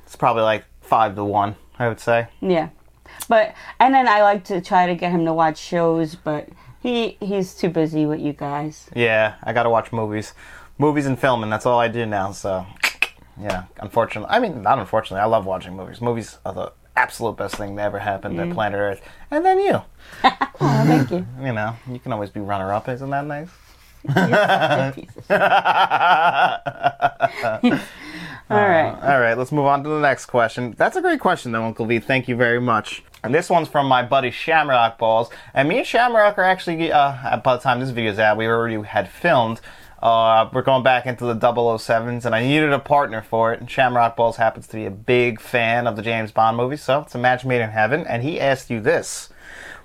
S1: it's probably like five to one. I would say.
S2: Yeah, but and then I like to try to get him to watch shows, but he he's too busy with you guys.
S1: Yeah, I gotta watch movies, movies and film, and that's all I do now. So, yeah, unfortunately, I mean, not unfortunately, I love watching movies. Movies are the absolute best thing that ever happened to planet Earth. And then you,
S2: Mm. Oh, Thank you.
S1: you know, you can always be runner-up. Isn't that nice?
S2: Pieces.
S1: Uh,
S2: All right.
S1: All right, let's move on to the next question. That's a great question, though, Uncle V. Thank you very much. And this one's from my buddy Shamrock Balls. And me and Shamrock are actually, uh, by the time this video's out, we already had filmed. Uh, we're going back into the 007s, and I needed a partner for it. And Shamrock Balls happens to be a big fan of the James Bond movie, so it's a match made in heaven. And he asked you this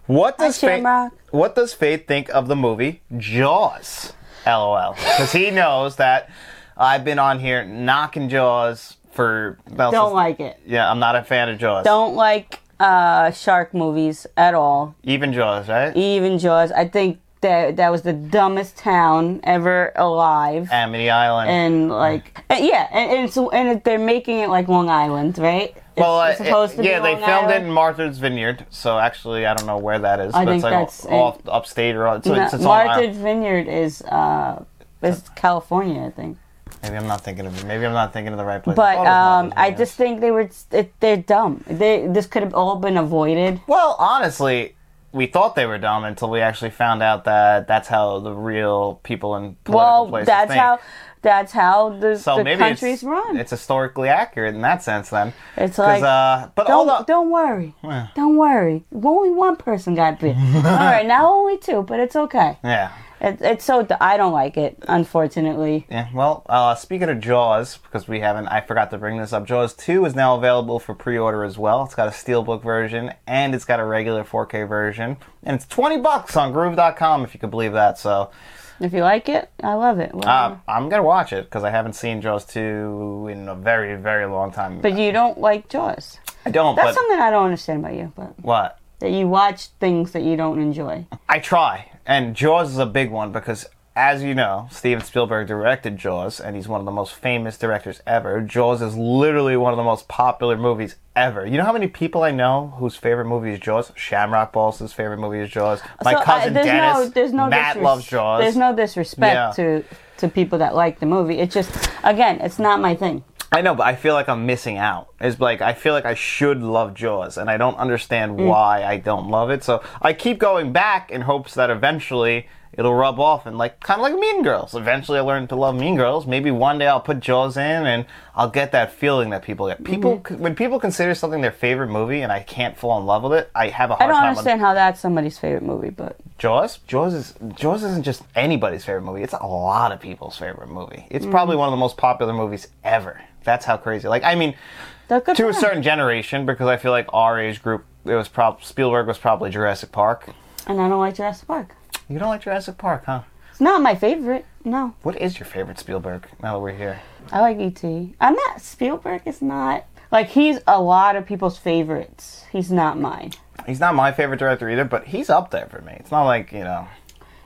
S1: What does, Faith,
S2: Shamrock.
S1: what does Faith think of the movie Jaws? LOL. Because he knows that I've been on here knocking Jaws for. well,
S2: Don't
S1: since-
S2: like it.
S1: Yeah, I'm not a fan of Jaws.
S2: Don't like uh, shark movies at all.
S1: Even Jaws, right?
S2: Even Jaws. I think that that was the dumbest town ever alive.
S1: Amity Island.
S2: and like
S1: uh,
S2: and- yeah, and, and so and it- they're making it like Long Island, right? It's
S1: well, uh,
S2: supposed to be
S1: yeah, they
S2: Long
S1: filmed it
S2: Island.
S1: in Martha's Vineyard, so actually, I don't know where that is.
S2: I
S1: but it's
S2: think
S1: like
S2: that's in-
S1: off, upstate or it's, it's, it's
S2: No,
S1: on
S2: Martha's
S1: Island.
S2: Vineyard is uh, is California, I think.
S1: Maybe I'm not thinking of it. Maybe I'm not thinking of the right place. I
S2: But
S1: thought it was
S2: um,
S1: Martha's
S2: I
S1: Vineyard.
S2: just think they were it, they're dumb. They, this could have all been avoided.
S1: Well, honestly, we thought they were dumb until we actually found out that that's how the real people in political
S2: Well,
S1: places
S2: that's
S1: think.
S2: how that's how the,
S1: So
S2: the
S1: maybe
S2: countries
S1: it's,
S2: run.
S1: It's historically accurate in that sense, then.
S2: It's
S1: 'Cause,
S2: like,
S1: uh, but
S2: Don't
S1: hold on.
S2: don't worry. Don't worry. Only one person got bit. All right, now only two, but it's okay.
S1: Yeah,
S2: It, it's so d- I don't like it, unfortunately.
S1: yeah. Well, uh, speaking of Jaws, because we haven't, I forgot to bring this up. Jaws Two is now available for pre-order as well. It's got a steelbook version and it's got a regular 4K version, and it's 20 bucks on Groove.com if you could believe that. So
S2: If you like it, I love it. Well,
S1: uh, I'm gonna watch it because I haven't seen Jaws Two in a very, very long time.
S2: but you don't like Jaws.
S1: I don't.
S2: That's
S1: but
S2: something I don't understand about you, but
S1: what?
S2: that you watch things that you don't enjoy.
S1: I try, and Jaws is a big one because, as you know, Steven Spielberg directed Jaws, and he's one of the most famous directors ever. Jaws is literally one of the most popular movies ever. You know how many people I know whose favorite movie is Jaws? Shamrock Balls' favorite movie is Jaws. My
S2: So, I-
S1: cousin
S2: there's
S1: Dennis,
S2: no, there's no
S1: Matt
S2: disres-
S1: loves Jaws.
S2: There's no disrespect
S1: Yeah.
S2: to to people that like the movie. It's just again, it's not my thing.
S1: I know, but I feel like I'm missing out. It's like I feel like I should love Jaws, and I don't understand
S2: Mm.
S1: why I don't love it. So I keep going back in hopes that eventually it'll rub off, and like kind of like Mean Girls. Eventually, I learn to love Mean Girls. Maybe one day I'll put Jaws in, and I'll get that feeling that people get. People
S2: Mm-hmm.
S1: when people consider something their favorite movie, and I can't fall in love with it, I have a hard
S2: I don't
S1: time.
S2: understand how that's somebody's favorite movie, but
S1: Jaws? Jaws is Jaws isn't just anybody's favorite movie. It's a lot of people's favorite movie. It's probably
S2: Mm.
S1: one of the most popular movies ever. That's how crazy. Like I mean
S2: that's good
S1: to
S2: for
S1: a
S2: them.
S1: certain generation because I feel like our age group, it was prob- Spielberg was probably Jurassic Park.
S2: And I don't like Jurassic Park.
S1: You don't like Jurassic Park, huh?
S2: It's not my favorite. No,
S1: What is your favorite Spielberg? Now that we're here,
S2: I like ET. I'm not Spielberg. Is not like he's a lot of people's favorites. He's not mine.
S1: he's not my favorite director either, but he's up there for me. It's not like you know,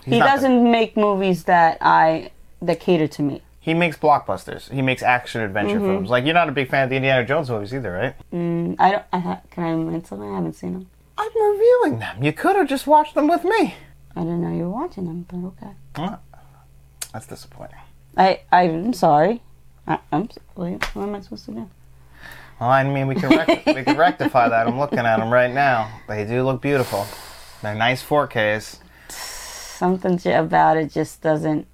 S1: he's
S2: he
S1: not the-
S2: doesn't make movies that I that cater to me.
S1: he makes blockbusters. He makes action adventure films. Like you're not a big fan of the Indiana Jones movies either, right?
S2: I don't. I ha- can I mention something? I haven't seen them.
S1: I'm reviewing them. You could have just watched them with me.
S2: I didn't know you were watching them, but okay.
S1: That's disappointing.
S2: I I'm sorry. I, I'm. s- Wait, what am I supposed to do?
S1: Well, I mean, we can rec- we can rectify that. I'm looking at them right now. They do look beautiful. They're nice 4Ks.
S2: Something j- about it just doesn't.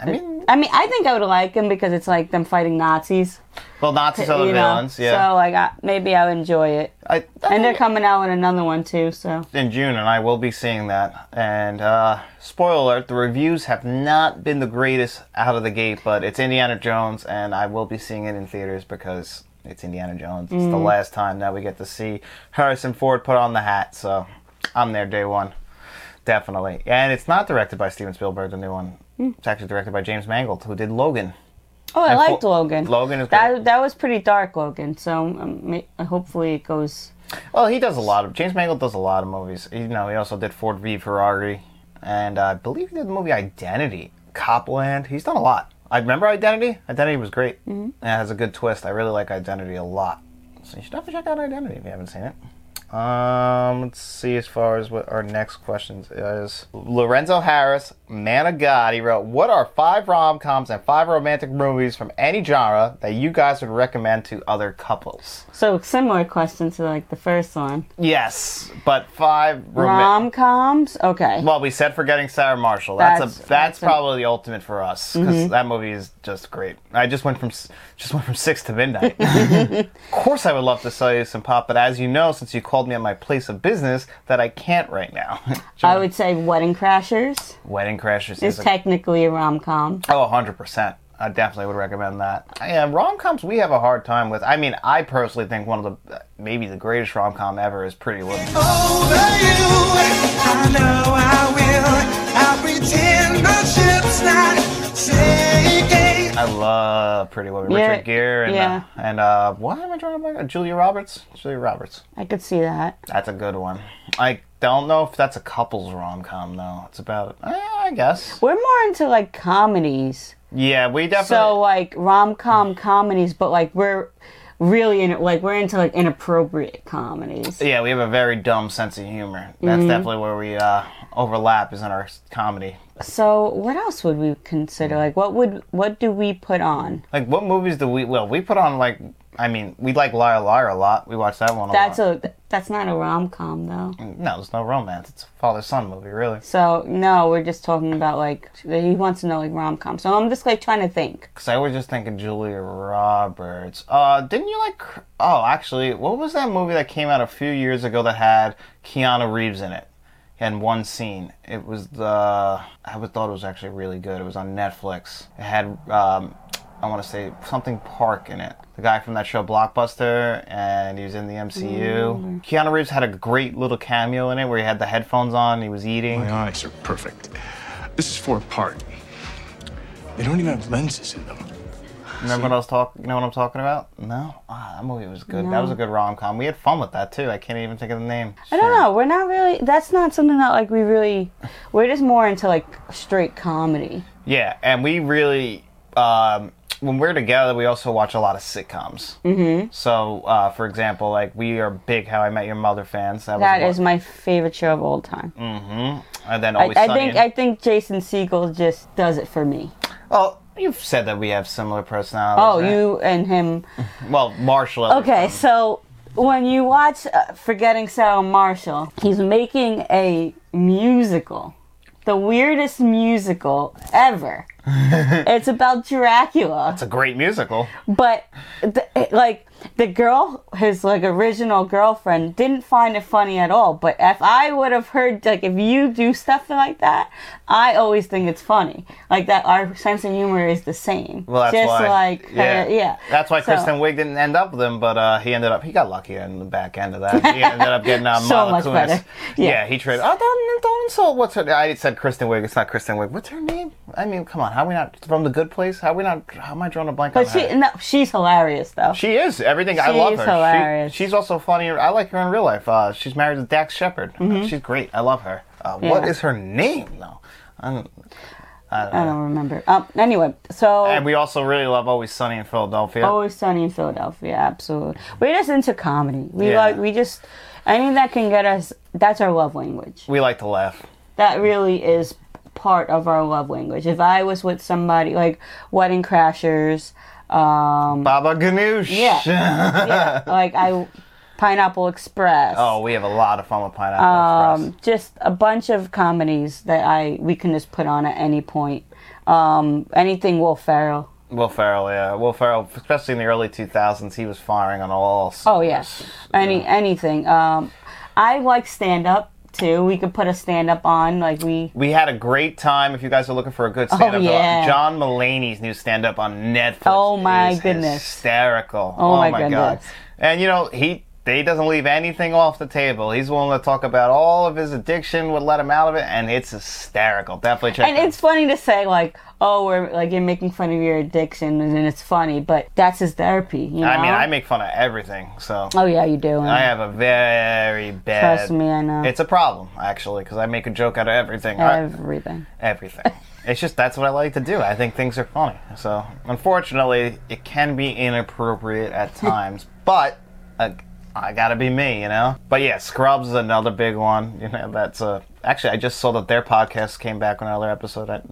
S1: I mean,
S2: I mean, I think I would like them because it's like them fighting Nazis.
S1: well, Nazis are the
S2: you know?
S1: villains. Yeah.
S2: So like, I, maybe I would enjoy it.
S1: I,
S2: And they're coming out with another one too. So
S1: in June, and I will be seeing that. And uh, spoiler alert: the reviews have not been the greatest out of the gate, but it's Indiana Jones, and I will be seeing it in theaters because it's Indiana Jones. It's the
S2: Mm.
S1: last time that we get to see Harrison Ford put on the hat, so I'm there day one, definitely. And it's not directed by Steven Spielberg, the new one. It's actually directed by James Mangold, who did Logan.
S2: oh, Mm. I
S1: And
S2: liked
S1: Fo-
S2: Logan.
S1: Logan is
S2: that
S1: great.
S2: that was pretty dark, Logan. So um, ma- hopefully it goes.
S1: Well, Oh, he does a lot of James Mangold does a lot of movies. You know, he also did Ford v Ferrari, and uh, I believe he did the movie Identity, Copland. He's done a lot. I remember Identity. Identity was great. And it has a good twist. I really like Identity a lot. So you should definitely check out Identity if you haven't seen it. Um, let's see as far as what our next questions is. Lorenzo Harris, man of God, he wrote, "What are five rom-coms and five romantic movies from any genre that you guys would recommend to other couples?"
S2: So similar question to like the first one.
S1: Yes, but five romantic.
S2: Rom coms. Okay.
S1: Well, we said forgetting Sarah Marshall. That's
S2: That's-
S1: a that's,
S2: that's a- Mm-hmm.
S1: probably the ultimate for us because that movie is just great. I just went from s- just went from six to midnight. of course, I would love to sell you some pop, but as you know, since you called me at my place of business, that I can't right now.
S2: I would say Wedding Crashers
S1: Wedding Crashers
S2: is
S1: is a,
S2: technically a rom com.
S1: oh, 100 percent. I definitely would recommend that. Yeah, rom coms we have a hard time with. I mean, I personally think one of the maybe the greatest rom com ever is Pretty Woman.
S7: over you. I know I will. I'll pretend the ship's not sinking.
S1: I love Pretty Woman.
S2: Yeah,
S1: Richard Gere and
S2: yeah.
S1: uh, and uh, why am I drawing a blank? Julia Roberts. Julia Roberts.
S2: I could see that.
S1: That's a good one. I don't know if that's a couples rom com though. It's about eh, I guess.
S2: We're more into like comedies.
S1: Yeah, we definitely.
S2: So like rom com comedies, but like we're really in like we're into like inappropriate comedies.
S1: yeah, we have a very dumb sense of humor. That's
S2: Mm-hmm.
S1: definitely where we uh, overlap is in our s- comedy.
S2: So what else would we consider? Like what would what do we put on?
S1: Like, what movies do we? Well, we put on like. I mean, we like Liar Liar a lot. We watch that one a
S2: That's
S1: lot.
S2: a that's not a rom com though.
S1: no, there's no romance. It's a father son movie, really.
S2: So no, we're just talking about like he wants to know like rom com. So I'm just like trying to think.
S1: Because I was just thinking Julia Roberts. Uh, didn't you like? cr- Oh, actually, what was that movie that came out a few years ago that had Keanu Reeves in it and one scene? It was the I would thought it was actually really good. It was on Netflix. It had um, I want to say something Park in it. The guy from that show Blockbuster, and he was in the MCU. Keanu Reeves had a great little cameo in it where he had the headphones on. He was eating.
S8: My eyes are perfect. This is for a party. They don't even have lenses in them.
S1: Remember what I was talking? You know what I'm talking about? No. Ah, that movie was good. That was a good rom com. We had fun with that too. I can't even think of the name.
S2: I don't know. We're not really. That's not something that like we really. We're just more into like straight comedy.
S1: Yeah, and we really, um, when we're together, we also watch a lot of sitcoms. Mm-hmm. So, uh, for example, like we are big How I Met Your Mother fans. That,
S2: That
S1: was
S2: is
S1: one.
S2: my favorite show of all time.
S1: And then
S2: I,
S1: always
S2: I
S1: Sunny
S2: think
S1: in-
S2: I think Jason Siegel just does it for me.
S1: well, you've said that we have similar personalities.
S2: Oh,
S1: right?
S2: you and him.
S1: Well, Marshall. at the
S2: Okay,
S1: time.
S2: so when you watch uh, Forgetting Sarah Marshall, he's making a musical. The weirdest musical ever. it's about Dracula.
S1: It's a great musical.
S2: but the, like the girl his like original girlfriend didn't find it funny at all but if i would have heard like if you do stuff like that i always think it's funny like that our sense of humor is the same
S1: Well, that's
S2: just
S1: why.
S2: like her, yeah.
S1: That's why
S2: So-
S1: Kristen Wiig didn't end up with him, but uh, he ended up. He got lucky in the back end of that. He ended up getting uh,
S2: So
S1: Mila
S2: much
S1: Kunis.
S2: better.
S1: Yeah.
S2: Yeah.
S1: he traded. Oh, don't, don't insult. What's her? I said Kristen Wiig. It's not Kristen Wiig. What's her name? I mean, come on. How we not from the Good Place? How we not? How am I drawing a blank
S2: but
S1: on
S2: she
S1: her?
S2: no, she's hilarious though
S1: She is everything. I love
S2: She's
S1: her.
S2: hilarious.
S1: She, she's also funny. I like her in real life. Uh, she's married to Dax Shepard. Uh, She's great. I love her. Uh, What
S2: Mm-hmm. Yeah.
S1: is her name though? I don't-
S2: i don't remember um anyway so
S1: and we also really love Always Sunny in Philadelphia.
S2: always sunny in philadelphia absolutely we're just into comedy we
S1: Yeah.
S2: like we just anything that can get us that's our love language
S1: we like to laugh.
S2: that really is part of our love language. If I was with somebody like Wedding Crashers, um,
S1: Baba Ganoush.
S2: yeah, yeah, like I Pineapple Express.
S1: Oh, we have a lot of fun with Pineapple
S2: um,
S1: Express.
S2: just a bunch of comedies that I we can just put on at any point. Um, anything Will Ferrell.
S1: Will Ferrell, yeah, Will Ferrell, especially in the early 2000s, he was firing on all.
S2: Oh yes, any anything. Um, I like stand up too. We could put a stand up on like we.
S1: We had a great time. If you guys are looking for a good stand-up,
S2: Oh, yeah.
S1: John Mulaney's new stand-up on Netflix.
S2: Oh, my
S1: is
S2: goodness.
S1: hysterical!
S2: Oh, my
S1: god!
S2: goodness.
S1: And you know he he doesn't leave anything off the table. He's willing to talk about all of his addiction, what let him out of it, and it's hysterical. Definitely check.
S2: And
S1: it out.
S2: it's funny to say like, oh, we're like you're making fun of your addiction, and it's funny, but that's his therapy. You know.
S1: I mean, I make fun of everything, so
S2: Oh yeah, you do.
S1: I have a very bad.
S2: Trust me, I know
S1: It's a problem, actually, because I make a joke out of everything. I-
S2: everything.
S1: everything. it's just that's what I like to do. I think things are funny. So, unfortunately, it can be inappropriate at times, but uh, I gotta be me, you know. But yeah, Scrubs is another big one. You know, that's a. Actually, I just saw that their podcast came back on another episode.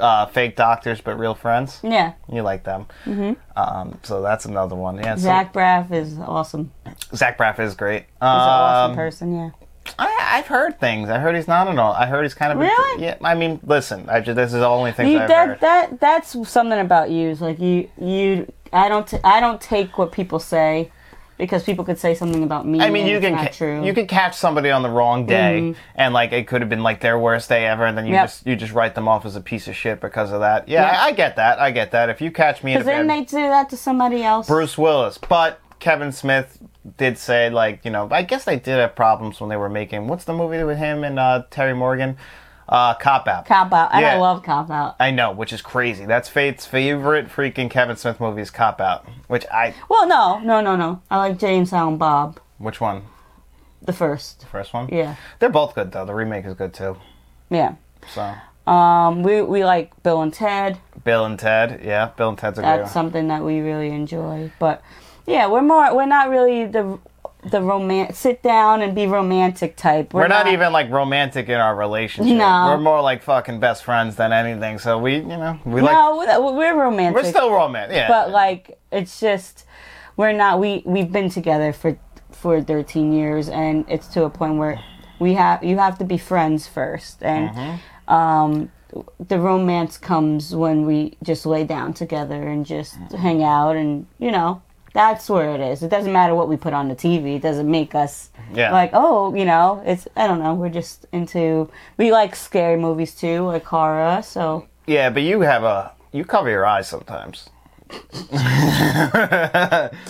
S1: Uh, fake doctors, but real friends.
S2: Yeah.
S1: You like them, mm-hmm. um, so that's another one. Yeah, so-
S2: Zach Braff is awesome.
S1: Zach Braff is great.
S2: He's an awesome
S1: Um,
S2: person, yeah.
S1: I, I've heard things. I heard he's not an all. I heard he's kind of a-
S2: Really?
S1: yeah. I mean, listen. I just, this is the only things
S2: You,
S1: I've
S2: that
S1: heard.
S2: that that's something about you. Is like you you I don't t- I don't take what people say because people could say something about me.
S1: I mean,
S2: and
S1: you
S2: it's
S1: can
S2: not
S1: ca-
S2: true. Mm-hmm.
S1: you can catch somebody on the wrong day, and like it could have been like their worst day ever, and then you
S2: Yep.
S1: just you just write them off as a piece of shit because of that. Yeah,
S2: Yep.
S1: I, I get that. I get that. If you catch me in a
S2: Because then
S1: bad
S2: they do that to somebody else.
S1: Bruce Willis, but Kevin Smith did say like you know I guess they did have problems when they were making what's the movie with him and uh, Terry Morgan, uh, Cop Out.
S2: cop out. And I
S1: Yeah.
S2: love cop out.
S1: I know, which is crazy. That's Fate's favorite freaking Kevin Smith movie is Cop Out. Which I,
S2: Well, no, no, no, no. I like James Allen Bob,
S1: which one?
S2: the first.
S1: First one?
S2: Yeah,
S1: They're both good though. The remake is good too.
S2: yeah.
S1: So
S2: Um, we we like Bill and Ted.
S1: Bill and Ted, yeah, Bill and Ted's a
S2: That's
S1: good one.
S2: something that we really enjoy. But yeah, we're more we're not really the the romance sit down and be romantic type.
S1: We're not even like romantic in our relationship.
S2: No.
S1: We're more like fucking best friends than anything. So we, you know, we like
S2: no, we're- we're romantic.
S1: we're still romantic. Yeah.
S2: but like it's just we're not we we've been together for for 13 years and it's to a point where we have you have to be friends first and
S1: Mm-hmm.
S2: um the romance comes when we just lay down together and just
S1: Mm-hmm.
S2: hang out and you know that's where it is it doesn't matter what we put on the tv it doesn't make us
S1: Yeah.
S2: like oh you know it's i don't know we're just into we like scary movies too like horror so
S1: yeah, but you have a you cover your eyes sometimes.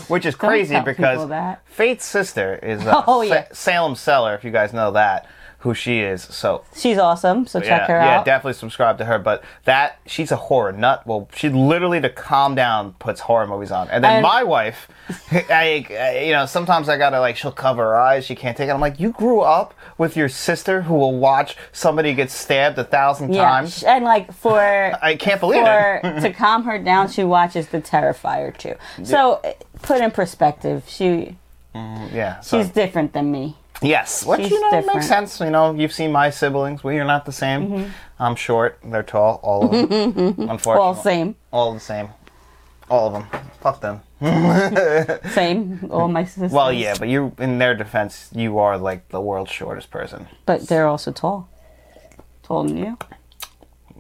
S1: Which is crazy
S2: tell
S1: because
S2: people that.
S1: Faith's sister is uh,
S2: Oh,
S1: Sa-
S2: yeah.
S1: Salem Seller, if you guys know that, who she is. So
S2: she's awesome so
S1: yeah,
S2: check her
S1: yeah,
S2: out
S1: definitely subscribe to her. But that she's a horror nut. Well, she literally to calm down puts horror movies on. And then
S2: And-
S1: my wife, I, I- you know, sometimes I gotta like she'll cover her eyes. She can't take it. I'm like, you grew up with your sister who will watch somebody get stabbed a thousand times.
S2: sh- and like for
S1: I can't believe
S2: for
S1: it.
S2: to calm her down, she watches The Terrifier too. So uh, put in perspective, she
S1: Yeah. So
S2: she's different than me.
S1: yes, which
S2: she's
S1: you know
S2: different. Mm-hmm.
S1: makes sense. You know, you've seen my siblings. We are not the same. I'm short. They're tall. All of them. Unfortunately,
S2: Well, same,
S1: All the same. All of them. Fuck them.
S2: same. All my sisters.
S1: Well, yeah, but you, in their defense, you are like the world's shortest person.
S2: but they're also tall. Taller than you.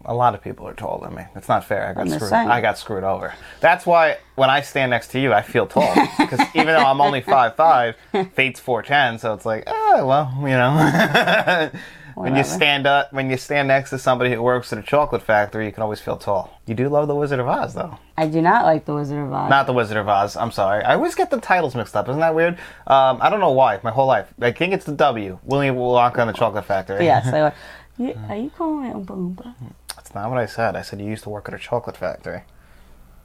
S1: A lot of people are taller than me. It's not fair. I got
S2: just
S1: screwed.
S2: saying.
S1: I got screwed over. That's why when I stand next to you, I feel tall because even though I'm only five five, fate's four ten, so it's like, oh well, you know. when you
S2: Whatever.
S1: stand up, when you stand next to somebody who works at a chocolate factory, you can always feel tall. You do love the Wizard of Oz, though.
S2: I do not like the Wizard of Oz.
S1: Not the Wizard of Oz. I'm sorry. I always get the titles mixed up. Isn't that weird? Um, I don't know why. My whole life, I think it's the W. William Wonka and the Chocolate Factory.
S2: yes, I like. You, are you calling me Oompa Loompa?
S1: That's not what I said. I said you used to work at a chocolate factory.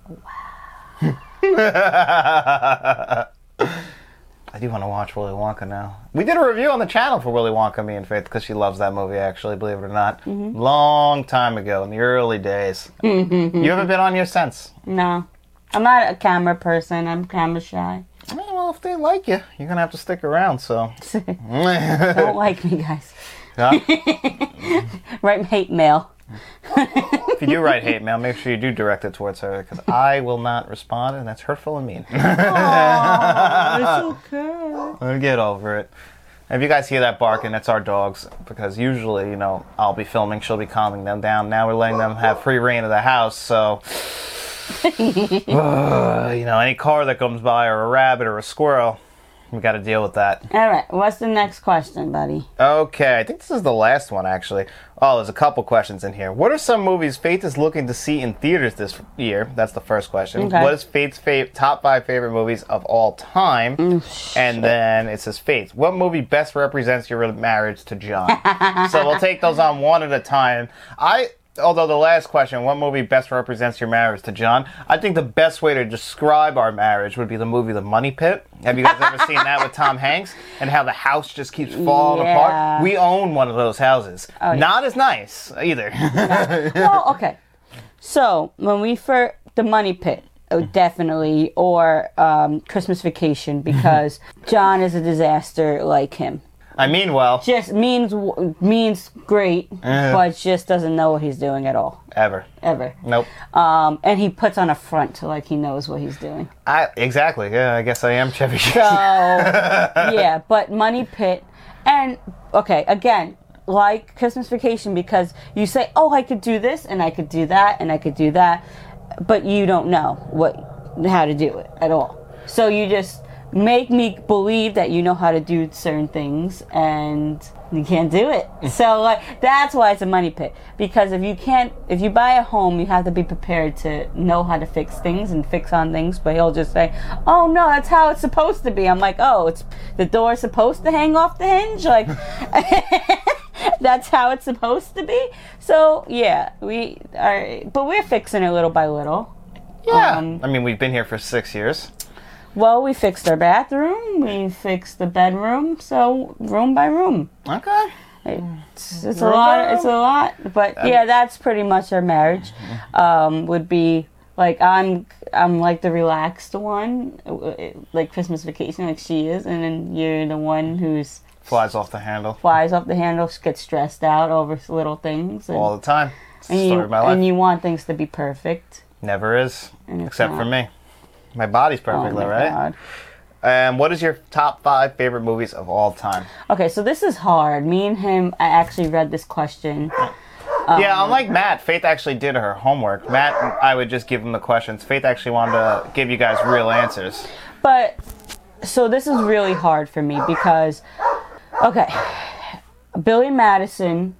S1: I do want to watch Willy Wonka now. We did a review on the channel for Willy Wonka, me and Faith, because she loves that movie, actually, believe it or not. Long time ago, in the early days. you haven't been on here since.
S2: No, I'm not a camera person. I'm camera shy.
S1: Well, if they like you, you're going to have to stick around, so.
S2: Don't like me, guys.
S1: Huh?
S2: Write hate mail.
S1: if you do write hate mail, make sure you do direct it towards her, because I will not respond, and that's hurtful and mean.
S2: It's okay.
S1: I'll get over it. If you guys hear that barking, that's our dogs. Because usually, you know, I'll be filming, she'll be calming them down. Now we're letting them have free reign of the house, so. Ugh, you know, any car that comes by, or a rabbit, or a squirrel, we gotta deal with that.
S2: All right. What's the next question, buddy?
S1: Okay, I think this is the last one, actually. Oh, there's a couple questions in here. What are some movies Faith is looking to see in theaters this year? That's the first question.
S2: Okay.
S1: What is Faith's fa- top five favorite movies of all time? and then it says Faith. What movie best represents your marriage to John? so we'll take those on one at a time. I although the last question, what movie best represents your marriage to John? I think the best way to describe our marriage would be the movie The Money Pit. Have you guys ever seen that with Tom Hanks and how the house just keeps falling
S2: Yeah.
S1: apart? We own one of those houses. Not as nice either.
S2: Oh, okay. So when we first the money pit, oh, definitely, or um, Christmas Vacation because John is a disaster like him.
S1: I mean, well,
S2: Just means w- means great, but just doesn't know what he's doing at all,
S1: ever.
S2: ever.
S1: Nope.
S2: Um, and he puts on a front like he knows what he's doing.
S1: I exactly. Yeah, I guess I am Chevy Chase.
S2: yeah, but Money Pit and okay, again, like Christmas Vacation because you say, "Oh, I could do this and I could do that and I could do that," but you don't know what how to do it at all. So you just make me believe that you know how to do certain things and you can't do it. so like that's why it's a money pit because if you can't if you buy a home, you have to be prepared to know how to fix things and fix on things, but he'll just say, "Oh no, that's how it's supposed to be." I'm like, "Oh, it's the door's supposed to hang off the hinge." Like that's how it's supposed to be. So, yeah, we are but we're fixing it little by little.
S1: yeah.
S2: um,
S1: I mean, we've been here for six years.
S2: Well, we fixed our bathroom, we fixed the bedroom, so room by room.
S1: Okay.
S2: It's, it's a lot. It's a lot. But yeah, that's pretty much our marriage.
S1: Mm-hmm.
S2: Um, would be like I'm I'm like the relaxed one, uh, like Christmas vacation, like she is, and then you're the one who's
S1: Flies off the handle
S2: flies off the handle, gets stressed out over little things, and,
S1: all the time. It's the
S2: and
S1: story
S2: you
S1: of my life.
S2: and you want things to be perfect.
S1: Never is,
S2: And it's
S1: except for
S2: not.
S1: me. My body's
S2: Oh
S1: perfect,
S2: my
S1: though, right?
S2: God.
S1: And what is your top five favorite movies of all time?
S2: Okay, so this is hard. Me and him, I actually read this question. Um,
S1: yeah, unlike Matt, Faith actually did her homework. Matt, I would just give him the questions. Faith actually wanted to give you guys real answers.
S2: but so this is really hard for me because okay billy madison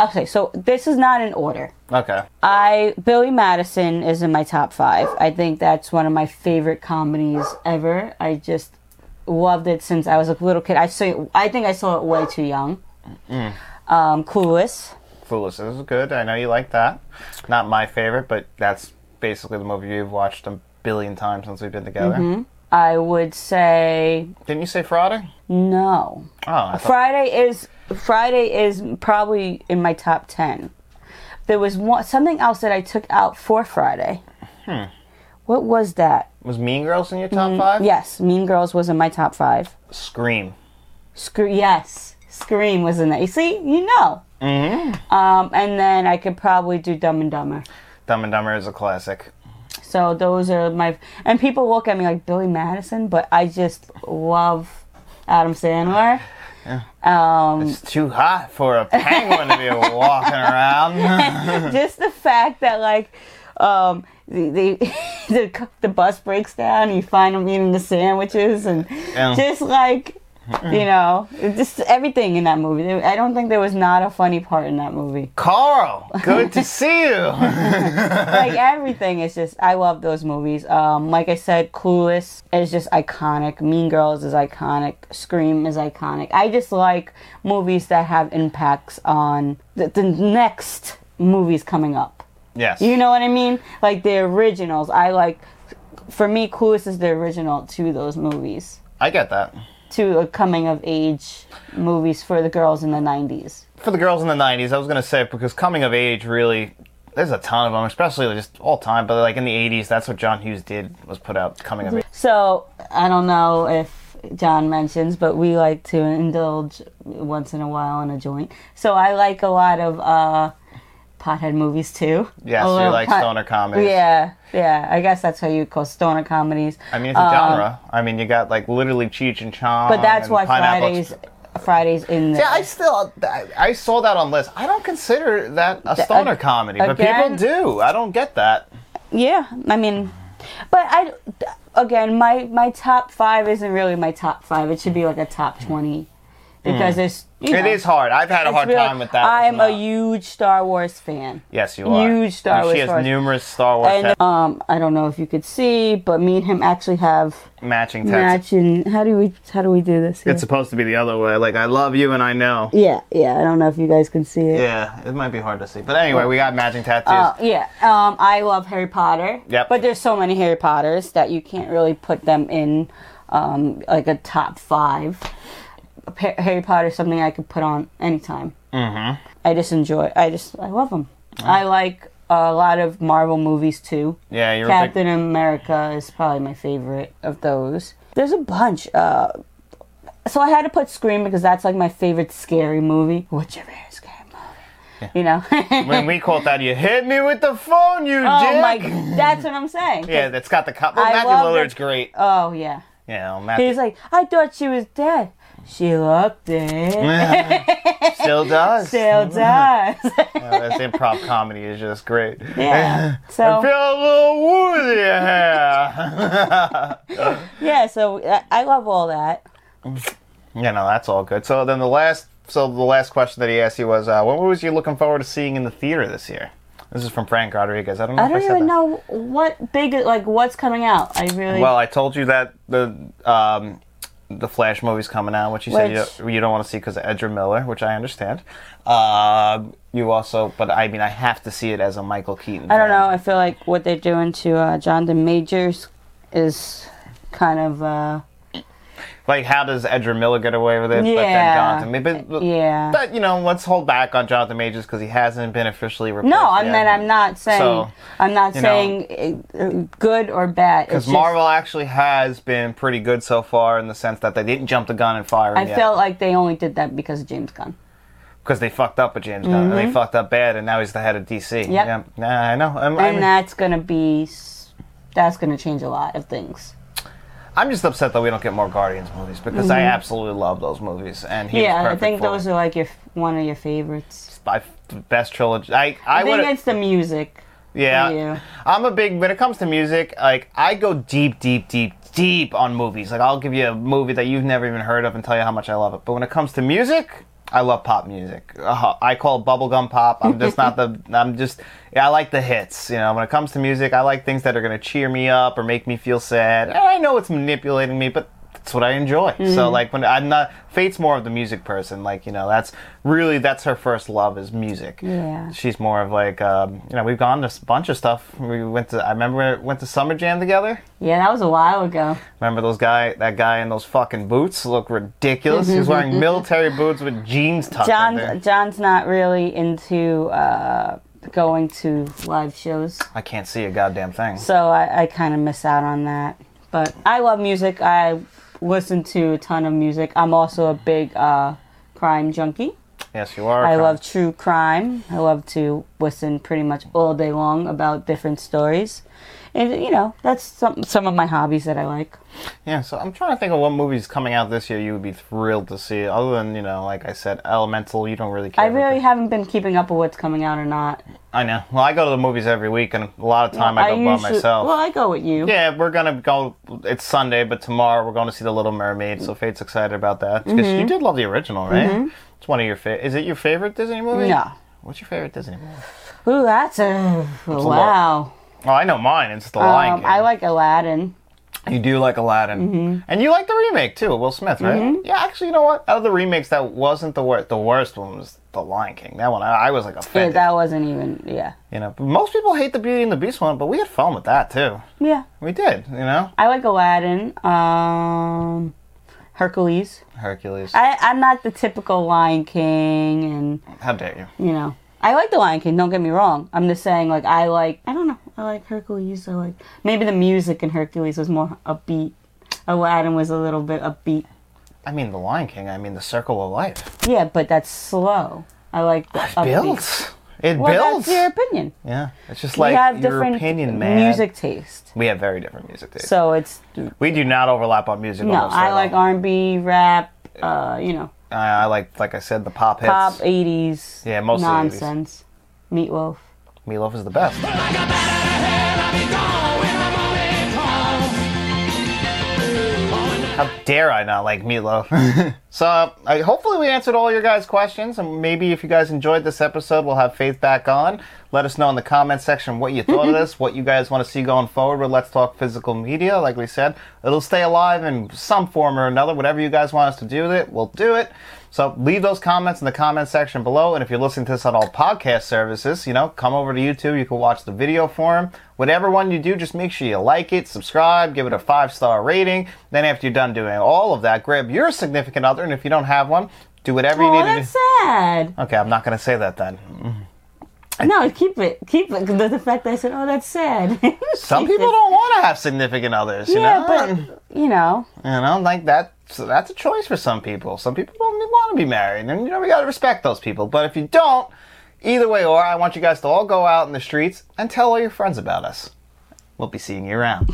S2: okay so this is not in order
S1: Okay.
S2: Uh, i billy madison is in my top five i think that's one of my favorite comedies ever i just loved it since i was a little kid i saw i think i saw it way too young um clueless
S1: Foolish this is good. I know you like that. Not my favorite, but that's basically the movie you've watched a billion times since we've been together.
S2: Mm-hmm. i would say
S1: Didn't you say Frauder?
S2: no
S1: Oh, I thought,
S2: Friday is Friday is probably in my top ten. There was one, something else that I took out for Friday. Hmm. What was that?
S1: was Mean Girls in your
S2: Mm,
S1: top five?
S2: Yes, Mean Girls was in my top five.
S1: Scream.
S2: Scre- yes, Scream was in that. You see, you know. Mm-hmm. Um, and then I could probably do Dumb and Dumber.
S1: Dumb and Dumber is a classic.
S2: So those are my and people look at me like Billy Madison, but I just love Adam Sandler.
S1: It's too hot for a penguin to be walking around.
S2: just the fact that like um the the, the, c- the bus breaks down and you find them eating the sandwiches and
S1: Yeah.
S2: just like you know just everything in that movie There- i don't think there was not a funny part in that movie
S1: Carl, good to see you.
S2: like everything is just i love those movies um like i said clueless is just iconic mean girls is iconic scream is iconic i just like movies that have impacts on the, the next movies coming up
S1: Yes.
S2: You know what I mean? Like the originals. I like, for me, Clueless is the original to those movies,
S1: I get that.
S2: to a coming of age movies for the girls in the 90s.
S1: For the girls in the 90s, I was going to say, because coming of age really, there's a ton of them, especially just all time, but like in the 80s, that's what John Hughes did, was put out coming of age.
S2: So I don't know if John mentions, but we like to indulge once in a while in a joint. So I like a lot of uh, pothead movies too.
S1: Yes,
S2: A
S1: you
S2: little
S1: like
S2: pot-
S1: stoner comedies.
S2: Yeah, yeah. I guess that's how you call stoner comedies.
S1: I mean, it's a genre. I mean, you got like literally Cheech and Chong.
S2: Uh, But that's
S1: Um, and
S2: why
S1: Pineapple
S2: Fridays,
S1: Express.
S2: Fridays in the
S1: Yeah, I still I, I saw that on list. I don't consider that a stoner comedy, but
S2: uh,
S1: people
S2: again-
S1: do. I don't get that.
S2: Yeah, I mean, but I again, my my top five isn't really my top five. It should be like a top twenty because it's you
S1: Mm. It
S2: know,
S1: is hard. I've had a
S2: it's
S1: hard
S2: really-
S1: time with that.
S2: I am
S1: one.
S2: a huge Star Wars fan.
S1: yes, you are
S2: huge Star
S1: And
S2: Wars
S1: She has
S2: fan.
S1: numerous Star Wars
S2: And
S1: tat-
S2: um, I don't know if you could see, but me and him actually have
S1: matching tattoos.
S2: matching. How do we how do we do this? Here?
S1: It's supposed to be the other way. Like I love you and I know.
S2: yeah, yeah. I don't know if you guys can see it.
S1: Yeah, it might be hard to see, but anyway, we got matching tattoos.
S2: Uh, yeah, um, I love Harry Potter.
S1: Yep.
S2: But there's so many Harry Potters that you can't really put them in um, like a top five. Pa- Harry Potter is something I could put on anytime. Mm-hmm. I just enjoy. I just I love them. I like a lot of Marvel movies too.
S1: Yeah, you're a big,
S2: Captain America is probably my favorite of those. There's a bunch. Uh, so I had to put Scream because that's like my favorite scary movie. What's your favorite scary movie? You know.
S1: when we called that, you hit me with the phone, you
S2: oh
S1: dick.
S2: my! That's what I'm saying.
S1: Yeah, that's got the cop. Well,
S2: I
S1: Matthew
S2: love
S1: Lillard's
S2: it.
S1: great.
S2: Oh yeah.
S1: Yeah, well,
S2: He's
S1: Matthew
S2: like, I thought she was dead. She looked
S1: Mm.
S2: dead.
S1: still does.
S2: Still
S1: Mm.
S2: does.
S1: Yeah, this improv comedy is just great.
S2: yeah.
S1: I
S2: So.
S1: feel a little woozy here.
S2: Yeah, so I, I love all that.
S1: yeah, no, that's all good. So then the last, so the last question that he asked you was, uh, what was you looking forward to seeing in the theater this year? This is from Frank Rodriguez. I don't know.
S2: I
S1: if
S2: don't
S1: I said
S2: even
S1: that.
S2: know what big like what's coming out. I really
S1: Well, I told you that the um, the Flash movie's coming out, which you
S2: Which-
S1: said you, you don't want to see because of Edgar Miller, which I understand. Uh, you also, but I mean, I have to see it as a Michael Keaton.
S2: I don't know. I feel like what they're doing to uh, John De Majors is kind of uh,
S1: Like, how does Edgar Miller get away with it? But then
S2: Yeah.
S1: Jonathan, maybe, but,
S2: yeah.
S1: But you know, let's hold back on Jonathan Majors because he hasn't been officially replaced.
S2: no, I
S1: yet.
S2: mean I'm not saying
S1: So,
S2: I'm not
S1: you know.
S2: saying uh, good or bad. It's
S1: Because
S2: just-
S1: Marvel actually has been pretty good so far in the sense that they didn't jump the gun and fire.
S2: I
S1: him yet.
S2: felt like they only did that because of James Gunn.
S1: because they fucked up with James Gunn and they fucked up bad, and now he's the head of DC.
S2: Mm-hmm. Yep.
S1: Yeah, nah, I know. I'm,
S2: And
S1: I'm,
S2: that's gonna be s- that's gonna change a lot of things.
S1: I'm just upset that we don't get more Guardians movies because I absolutely love those movies, and he
S2: Mm-hmm. yeah,
S1: was
S2: I
S1: perfect
S2: think
S1: for
S2: those
S1: it.
S2: are like your f- one of your favorites.
S1: I- the best trilogy. I I,
S2: I think
S1: would
S2: it's the music.
S1: yeah.
S2: you.
S1: I'm a big when it comes to music. Like I go deep, deep, deep, deep on movies. Like I'll give you a movie that you've never even heard of and tell you how much I love it. But when it comes to music. I love pop music. Uh, I call it bubblegum pop. I'm just not the. I'm just. Yeah, I like the hits. You know, when it comes to music, I like things that are going to cheer me up or make me feel sad. And I know it's manipulating me, but that's what I enjoy.
S2: Mm-hmm.
S1: So like when I'm not Fate's more of the music person. Like you know that's really that's her first love is music.
S2: Yeah.
S1: She's more of like um, you know we've gone to a bunch of stuff. We went to I remember we went to Summer Jam together.
S2: Yeah, that was a while ago.
S1: Remember those guy that guy in those fucking boots look ridiculous. he was wearing military boots with jeans tucked in there.
S2: John John's not really into uh, going to live shows,
S1: I can't see a goddamn thing.
S2: so I, I kind of miss out on that. But I love music. I listen to a ton of music. I'm also a big uh, crime junkie.
S1: yes, you are.
S2: I
S1: Kyle.
S2: love true crime. I love to listen pretty much all day long about different stories, and you know that's some some of my hobbies that I like.
S1: Yeah, so I'm trying to think of what movies coming out this year you would be thrilled to see. Other than you know, like I said, Elemental. You don't really care.
S2: I
S1: about
S2: really
S1: the-
S2: haven't been keeping up with what's coming out or not.
S1: I know. Well, I go to the movies every week, and a lot of time I go by
S2: usually-
S1: myself.
S2: Well, I go with you.
S1: Yeah, we're gonna go. It's Sunday, but tomorrow we're going to see The Little Mermaid. So Fate's excited about that because
S2: Mm-hmm.
S1: you did love the original, right? It's one of your favorite. Is it your favorite Disney movie?
S2: No.
S1: What's your favorite Disney movie?
S2: Ooh, that's a wow.
S1: Oh, I know mine. It's The Lion
S2: Um,
S1: King.
S2: I like Mm-hmm. Aladdin.
S1: you do like Aladdin, and you like the remake too, Will Smith, right?
S2: Mm-hmm.
S1: Yeah, actually, you know what? Out of the remakes, that wasn't the worst. The worst one was The Lion King. That one, I, I was like
S2: Yeah,
S1: offended.
S2: that wasn't even. Yeah,
S1: you know, most people hate the Beauty and the Beast one, but we had fun with that too.
S2: yeah.
S1: We did, you know.
S2: I like Aladdin. Um, Hercules.
S1: Hercules.
S2: I, I'm not the typical Lion King, and
S1: How dare you?
S2: you know, I like the Lion King. Don't get me wrong. I'm just saying, like, I like. I don't know. I like Hercules. I like maybe the music in Hercules was more upbeat. Aladdin was a little bit upbeat.
S1: I mean, The Lion King. I mean, The Circle of Life.
S2: Yeah, but that's slow. I like the
S1: It
S2: upbeat.
S1: builds. It
S2: Well,
S1: builds.
S2: that's your opinion.
S1: yeah, it's just
S2: we
S1: like
S2: have
S1: your
S2: different
S1: opinion, man.
S2: music taste,
S1: We have very different music tastes.
S2: so it's
S1: we do not overlap on music.
S2: No,
S1: almost
S2: I
S1: at
S2: like
S1: all.
S2: R and B, rap, uh, you know,
S1: I I like, like I said, the pop hits.
S2: pop eighties.
S1: Yeah, mostly 80s.
S2: nonsense. Meatloaf.
S1: Meatloaf is the best. How dare I not like Meatloaf? so, I, hopefully, we answered all your guys' questions. And maybe if you guys enjoyed this episode, we'll have Faith back on. Let us know in the comment section what you thought of this, what you guys want to see going forward with Let's Talk Physical Media. Like we said, it'll stay alive in some form or another. Whatever you guys want us to do with it, we'll do it. So leave those comments in the comment section below. And if you're listening to this on all podcast services, you know, come over to YouTube. You can watch the video form. Whatever one you do, just make sure you like it, subscribe, give it a five star rating. Then after you're done doing all of that, grab your significant other. And if you don't have one, do whatever you
S2: Oh,
S1: need to
S2: that's
S1: do.
S2: sad.
S1: Okay, I'm not going to say that then.
S2: No, keep it, keep it. 'Cause The, the fact that I said, "Oh, that's sad."
S1: Some people don't want to have significant others, you
S2: yeah,
S1: know?
S2: but you know,
S1: You know, like that. So that's a choice for some people. Some people don't want to be married, and you know we gotta respect those people. But if you don't, either way or, I want you guys to all go out in the streets and tell all your friends about us. We'll be seeing you around.